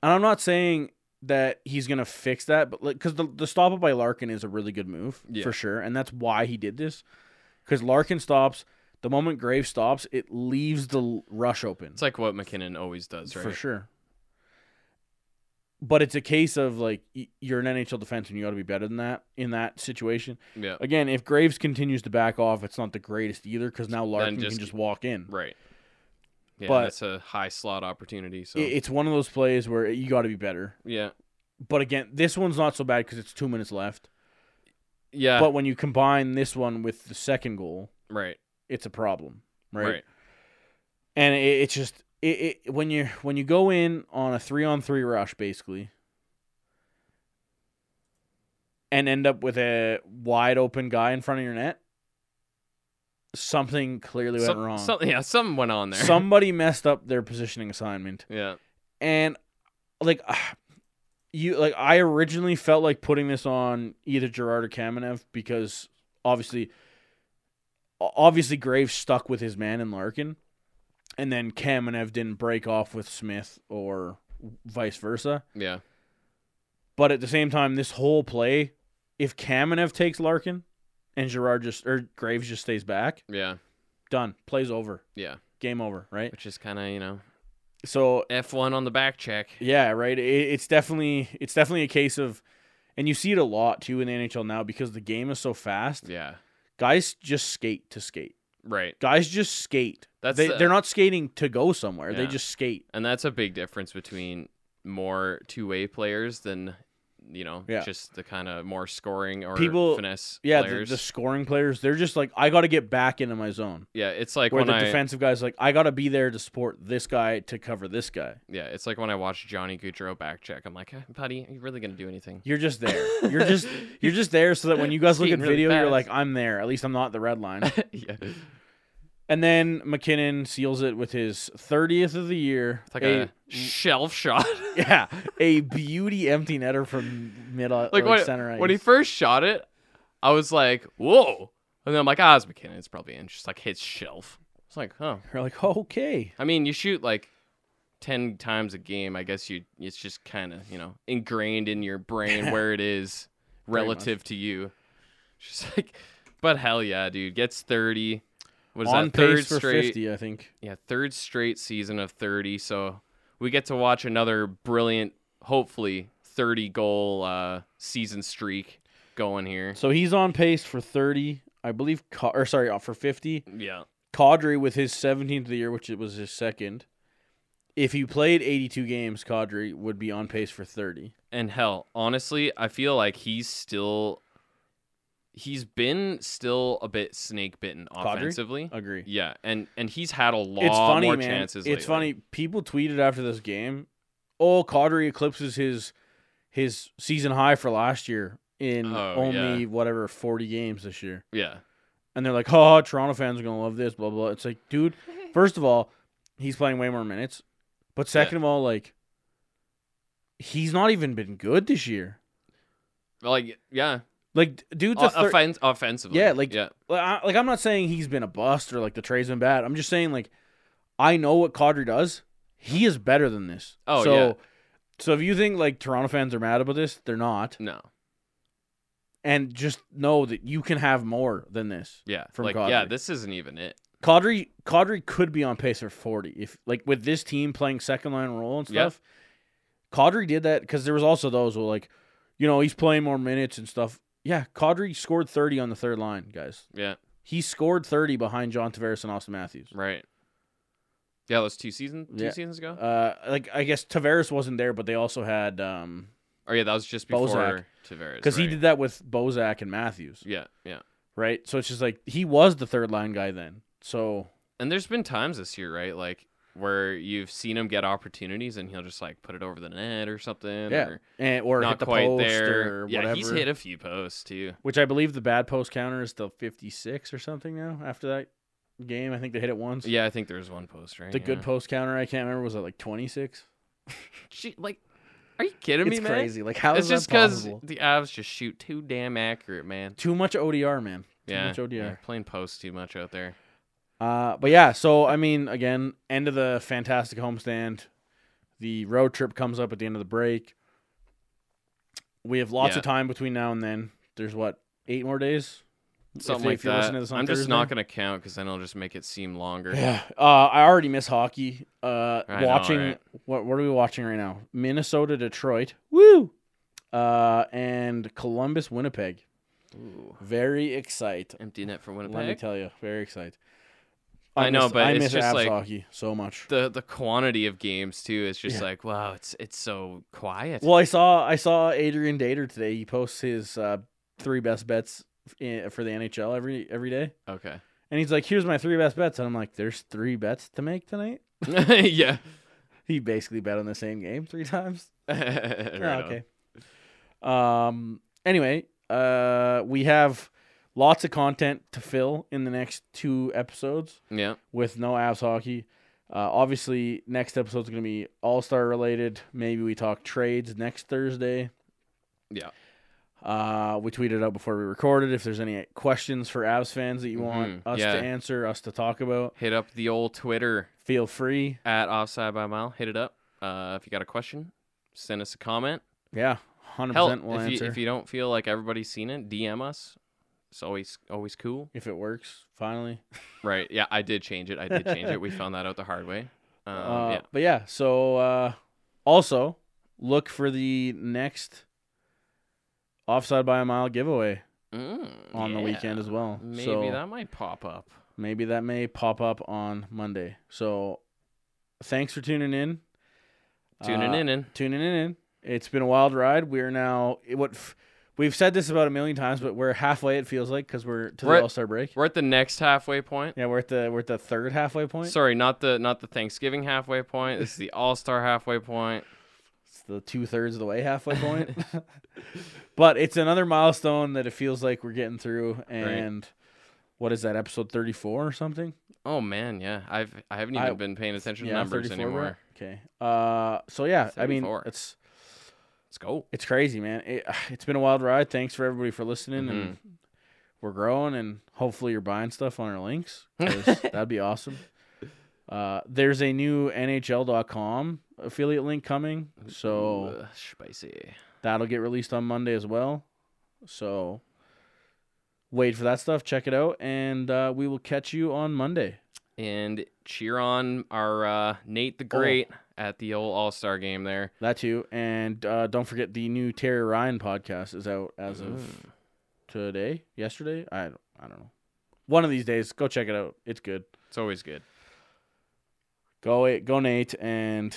Speaker 1: and I'm not saying that he's gonna fix that, but like because the the stop up by Larkin is a really good move
Speaker 2: Yeah.
Speaker 1: for sure, and that's why he did this because Larkin stops. The moment Graves stops, it leaves the l- rush open
Speaker 2: it's like what McKinnon always does, right?
Speaker 1: for sure. But it's a case of like y- you're an NHL defenseman, you got to be better than that in that situation.
Speaker 2: Yeah,
Speaker 1: Again, if Graves continues to back off, it's not the greatest either because now Larkin
Speaker 2: just-
Speaker 1: can just walk in.
Speaker 2: right. Yeah,
Speaker 1: But-
Speaker 2: that's a high slot opportunity. So
Speaker 1: I- It's one of those plays where you got to be better.
Speaker 2: yeah,
Speaker 1: But again, this one's not so bad because it's two minutes left.
Speaker 2: yeah,
Speaker 1: But when you combine this one with the second goal,
Speaker 2: right,
Speaker 1: it's a problem,
Speaker 2: right,
Speaker 1: right? And it, it's just it, it when you when you go in on a three on three rush basically, and end up with a wide open guy in front of your net. Something clearly went
Speaker 2: Some-
Speaker 1: wrong.
Speaker 2: some- yeah, something went on there.
Speaker 1: Somebody messed up their positioning assignment,
Speaker 2: yeah,
Speaker 1: and like you, like I originally felt like putting this on either Gerard or Kamenev because obviously, obviously Graves stuck with his man in Larkin, and then Kamenev didn't break off with Smith or vice versa.
Speaker 2: yeah,
Speaker 1: But at the same time, this whole play, if Kamenev takes Larkin, and Gerard just or Graves just stays back,
Speaker 2: yeah,
Speaker 1: done. Plays over.
Speaker 2: yeah.
Speaker 1: Game over. Right.
Speaker 2: Which is kind of you know
Speaker 1: So
Speaker 2: F one on the back check.
Speaker 1: Yeah, right. It, it's definitely it's definitely a case of, and you see it a lot too in the NHL now because the game is so fast.
Speaker 2: Yeah,
Speaker 1: Guys just skate to skate.
Speaker 2: right.
Speaker 1: Guys just skate.
Speaker 2: That's
Speaker 1: they
Speaker 2: the-
Speaker 1: they're not skating to go somewhere. They
Speaker 2: Yeah.
Speaker 1: just skate.
Speaker 2: and that's a big difference between more two-way players than you know
Speaker 1: Yeah.
Speaker 2: just the kind of more scoring or
Speaker 1: People-
Speaker 2: finesse
Speaker 1: Yeah, the,
Speaker 2: players.
Speaker 1: the scoring players they're just like I got to get back into my zone.
Speaker 2: yeah, it's like
Speaker 1: Where
Speaker 2: when
Speaker 1: the
Speaker 2: I
Speaker 1: defensive guys like I got to be there to support this guy to cover this guy.
Speaker 2: yeah, it's like when I watch Johnny Gaudreau back check. I'm like, "Huh, buddy, are you really gonna do anything?
Speaker 1: You're just there. You're just you're just there so that when you guys look at
Speaker 2: Skating really
Speaker 1: video, you're like
Speaker 2: fast.
Speaker 1: I'm there. At least I'm not at the red line.
Speaker 2: yeah, it's
Speaker 1: And then McKinnon seals it with his 30th of the year.
Speaker 2: like a, shelf shot.
Speaker 1: yeah, a beauty empty netter from middle like,
Speaker 2: like when,
Speaker 1: center ice.
Speaker 2: when he first shot it, I was like, whoa, and then I'm like, ah, it's McKinnon. It's probably in. Just like hits shelf. It's like, huh.
Speaker 1: You're like, okay,
Speaker 2: I mean, you shoot like ten times a game. I guess you it's just kind of you know ingrained in your brain where it is
Speaker 1: Pretty much.
Speaker 2: relative to you. Just like, but hell yeah, dude gets thirty. What is
Speaker 1: on
Speaker 2: that? Third
Speaker 1: pace for
Speaker 2: straight,
Speaker 1: 50, I think.
Speaker 2: yeah, third straight season of thirty. So we get to watch another brilliant, hopefully 30 goal uh, season streak going here.
Speaker 1: So he's on pace for 30, I believe, Ca- or sorry, uh, for 50.
Speaker 2: Yeah.
Speaker 1: Cadre with his 17th of the year, which it was his second. If he played 82 games, Cadre would be on pace for 30.
Speaker 2: And hell, honestly, I feel like he's still he's been still a bit snake bitten
Speaker 1: Kadri?
Speaker 2: offensively.
Speaker 1: Agree.
Speaker 2: Yeah, and and he's had a lot
Speaker 1: it's funny,
Speaker 2: more
Speaker 1: man.
Speaker 2: chances.
Speaker 1: it's funny.
Speaker 2: lately.
Speaker 1: People tweeted after this game, "Oh, Caudry eclipses his his season high for last year in
Speaker 2: Oh,
Speaker 1: only whatever forty games this year,"
Speaker 2: Yeah.
Speaker 1: and they're like, "Oh, Toronto fans are gonna love this." Blah blah. It's like, dude, first of all, he's playing way more minutes, but second of all, like, he's not even been good this year.
Speaker 2: Like yeah,
Speaker 1: Like, d- dude's
Speaker 2: o-
Speaker 1: a thir-
Speaker 2: offen- offensively.
Speaker 1: Yeah, like-
Speaker 2: yeah,
Speaker 1: Like, I, like I'm not saying he's been a bust or like the trade's been bad. I'm just saying like I know what Kadri does. He is better than this.
Speaker 2: Oh,
Speaker 1: so,
Speaker 2: yeah.
Speaker 1: So if you think like Toronto fans are mad about this, they're not.
Speaker 2: no,
Speaker 1: And just know that you can have more than this.
Speaker 2: yeah,
Speaker 1: From
Speaker 2: like yeah,
Speaker 1: Kadri.
Speaker 2: this isn't even it.
Speaker 1: Kadri Kadri could be on pace for 40 if like with this team playing second line role and
Speaker 2: Yeah.
Speaker 1: stuff. Kadri did that because there was also those who like, you know, he's playing more minutes and stuff. Yeah, Kadri scored 30 on the third line, guys.
Speaker 2: Yeah,
Speaker 1: He scored 30 behind John Tavares and Austin Matthews.
Speaker 2: right. Yeah, that was two seasons two
Speaker 1: Yeah.
Speaker 2: seasons ago.
Speaker 1: Uh, like I guess Tavares wasn't there, but they also had um
Speaker 2: oh yeah, that was just before
Speaker 1: Bozak.
Speaker 2: Tavares.
Speaker 1: because he
Speaker 2: right.
Speaker 1: did that with Bozak and Matthews,
Speaker 2: Yeah, yeah.
Speaker 1: right? So it's just like he was the third line guy then. So
Speaker 2: And there's been times this year, right? Like where you've seen him get opportunities and he'll just like put it over the net or something.
Speaker 1: yeah,
Speaker 2: or
Speaker 1: and, or hit
Speaker 2: not
Speaker 1: the
Speaker 2: quite
Speaker 1: post
Speaker 2: there.
Speaker 1: or
Speaker 2: yeah,
Speaker 1: whatever.
Speaker 2: he's hit a few posts too.
Speaker 1: which I believe the bad post counter is still fifty six or something now. After that game, I think they hit it once.
Speaker 2: Yeah, I think there was one post right.
Speaker 1: The good
Speaker 2: yeah.
Speaker 1: post counter I can't remember was at like twenty six.
Speaker 2: Gee, like, are you kidding
Speaker 1: It's
Speaker 2: me,
Speaker 1: crazy. Like how
Speaker 2: man?
Speaker 1: is
Speaker 2: It's just
Speaker 1: that possible?
Speaker 2: the Avs just shoot too damn accurate, man.
Speaker 1: Too much ODR, man. Too
Speaker 2: yeah,
Speaker 1: much ODR.
Speaker 2: they're playing post too much out there.
Speaker 1: Uh, but yeah, so I mean, again, end of the fantastic homestand. The road trip comes up at the end of the break. We have lots
Speaker 2: Yeah.
Speaker 1: of time between now and then. There's what eight more days.
Speaker 2: Something
Speaker 1: they-
Speaker 2: like
Speaker 1: you're
Speaker 2: that.
Speaker 1: listening to this on
Speaker 2: I'm just not
Speaker 1: Thursday?
Speaker 2: gonna count because then it'll just make it seem longer.
Speaker 1: Yeah, uh, I already miss hockey. Uh,
Speaker 2: I know,
Speaker 1: watching
Speaker 2: right?
Speaker 1: what? What are we watching right now? Minnesota, Detroit. Woo! Uh, and Columbus, Winnipeg.
Speaker 2: Ooh.
Speaker 1: Very excite.
Speaker 2: Empty net for Winnipeg.
Speaker 1: Let me tell you, very excite.
Speaker 2: I know,
Speaker 1: miss-
Speaker 2: but
Speaker 1: I
Speaker 2: it's
Speaker 1: miss
Speaker 2: just
Speaker 1: Avs
Speaker 2: like-
Speaker 1: hockey so much.
Speaker 2: the the quantity of games too is just
Speaker 1: Yeah.
Speaker 2: like wow, it's it's so quiet.
Speaker 1: Well, I saw I saw Adrian Dater today. He posts his uh, three best bets in, for the NHL every every day,
Speaker 2: Okay.
Speaker 1: and he's like, "Here's my three best bets," and I'm like, "There's three bets to make tonight."
Speaker 2: yeah.
Speaker 1: He basically bet on the same game three times.
Speaker 2: Right
Speaker 1: Yeah,
Speaker 2: on.
Speaker 1: Oh, okay. Um. Anyway, uh, we have lots of content to fill in the next two episodes
Speaker 2: Yeah.
Speaker 1: with no abs hockey. Uh, obviously, next episode's going to be All Star related. Maybe we talk trades next Thursday.
Speaker 2: Yeah.
Speaker 1: Uh, we tweeted out before we recorded if there's any questions for Avs fans that you want
Speaker 2: Mhm,
Speaker 1: us
Speaker 2: yeah.
Speaker 1: to answer, us to talk about.
Speaker 2: Hit up the old Twitter
Speaker 1: Feel free.
Speaker 2: at offside by mile. Hit it up. Uh, if you got a question, send us a comment.
Speaker 1: Yeah, hundred
Speaker 2: Hell,
Speaker 1: percent. We'll
Speaker 2: if you,
Speaker 1: answer
Speaker 2: if you don't feel like everybody's seen it, DM us. It's always always cool.
Speaker 1: if it works. Finally.
Speaker 2: Right. Yeah, I did change it. I did change it. We found that out the hard way. Um,
Speaker 1: uh,
Speaker 2: yeah.
Speaker 1: But yeah, so uh, also look for the next offside by a mile giveaway
Speaker 2: Mm,
Speaker 1: on the
Speaker 2: yeah.
Speaker 1: weekend as well.
Speaker 2: Maybe
Speaker 1: so
Speaker 2: that might pop up.
Speaker 1: maybe that may pop up on Monday. So thanks for tuning in.
Speaker 2: Tuning
Speaker 1: Uh,
Speaker 2: in and
Speaker 1: tuning in. It's been a wild ride. We're now what f- we've said this about a million times, but we're halfway. It feels like because we're to
Speaker 2: We're
Speaker 1: the
Speaker 2: at-
Speaker 1: All Star break.
Speaker 2: we're at the next halfway point.
Speaker 1: Yeah, we're at the we're at the third halfway point.
Speaker 2: Sorry, not the not the Thanksgiving halfway point. This is the All Star halfway point.
Speaker 1: It's the two thirds of the way halfway point. but it's another milestone that it feels like we're getting through. And what is that episode thirty four or something?
Speaker 2: Oh man, yeah. I've I haven't even
Speaker 1: I-
Speaker 2: been paying attention to
Speaker 1: Yeah,
Speaker 2: numbers
Speaker 1: 34 we're
Speaker 2: anymore.
Speaker 1: at. Okay. Uh, so yeah, I mean
Speaker 2: 34.
Speaker 1: it's
Speaker 2: Let's go.
Speaker 1: it's crazy, man. It, it's been a wild ride. Thanks for everybody for listening, and
Speaker 2: Mm-hmm.
Speaker 1: we're growing. And hopefully, you're buying stuff on our links. 'cause that'd be awesome. Uh, there's a new NHL.com affiliate link coming, so
Speaker 2: Ooh, spicy.
Speaker 1: that'll get released on Monday as well. So wait for that stuff. Check it out, and uh, we will catch you on Monday.
Speaker 2: And cheer on our uh, Nate the Great at the old All Star game there.
Speaker 1: That too. And uh, don't forget the new Terry Ryan podcast is out as of
Speaker 2: Mm.
Speaker 1: today, yesterday. I don't, I don't know. One of these days, go check it out. It's good.
Speaker 2: It's always good.
Speaker 1: Go go Nate and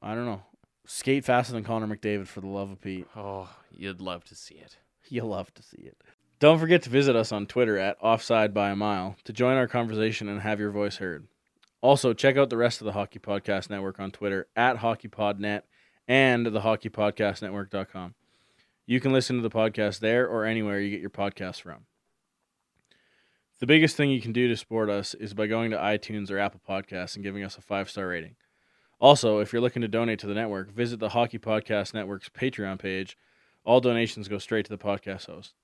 Speaker 1: I don't know. Skate faster than Connor McDavid for the love of Pete.
Speaker 2: Oh, you'd love to see it.
Speaker 1: You'll love to see it. Don't forget to visit us on Twitter at Offside by a Mile to join our conversation and have your voice heard. Also, check out the rest of the Hockey Podcast Network on Twitter at HockeyPodNet and the HockeyPodcastNetwork.com. You can listen to the podcast there or anywhere you get your podcasts from. The biggest thing you can do to support us is by going to iTunes or Apple Podcasts and giving us a five star rating. Also, if you're looking to donate to the network, visit the Hockey Podcast Network's Patreon page all donations go straight to the podcast host.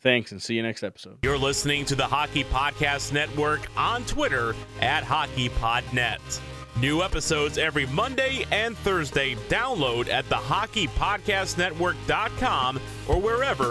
Speaker 1: Thanks and see you next episode.
Speaker 3: You're listening to the Hockey Podcast Network on Twitter at HockeyPodNet. New episodes every Monday and Thursday. Download at the HockeyPodcastNetwork.com or wherever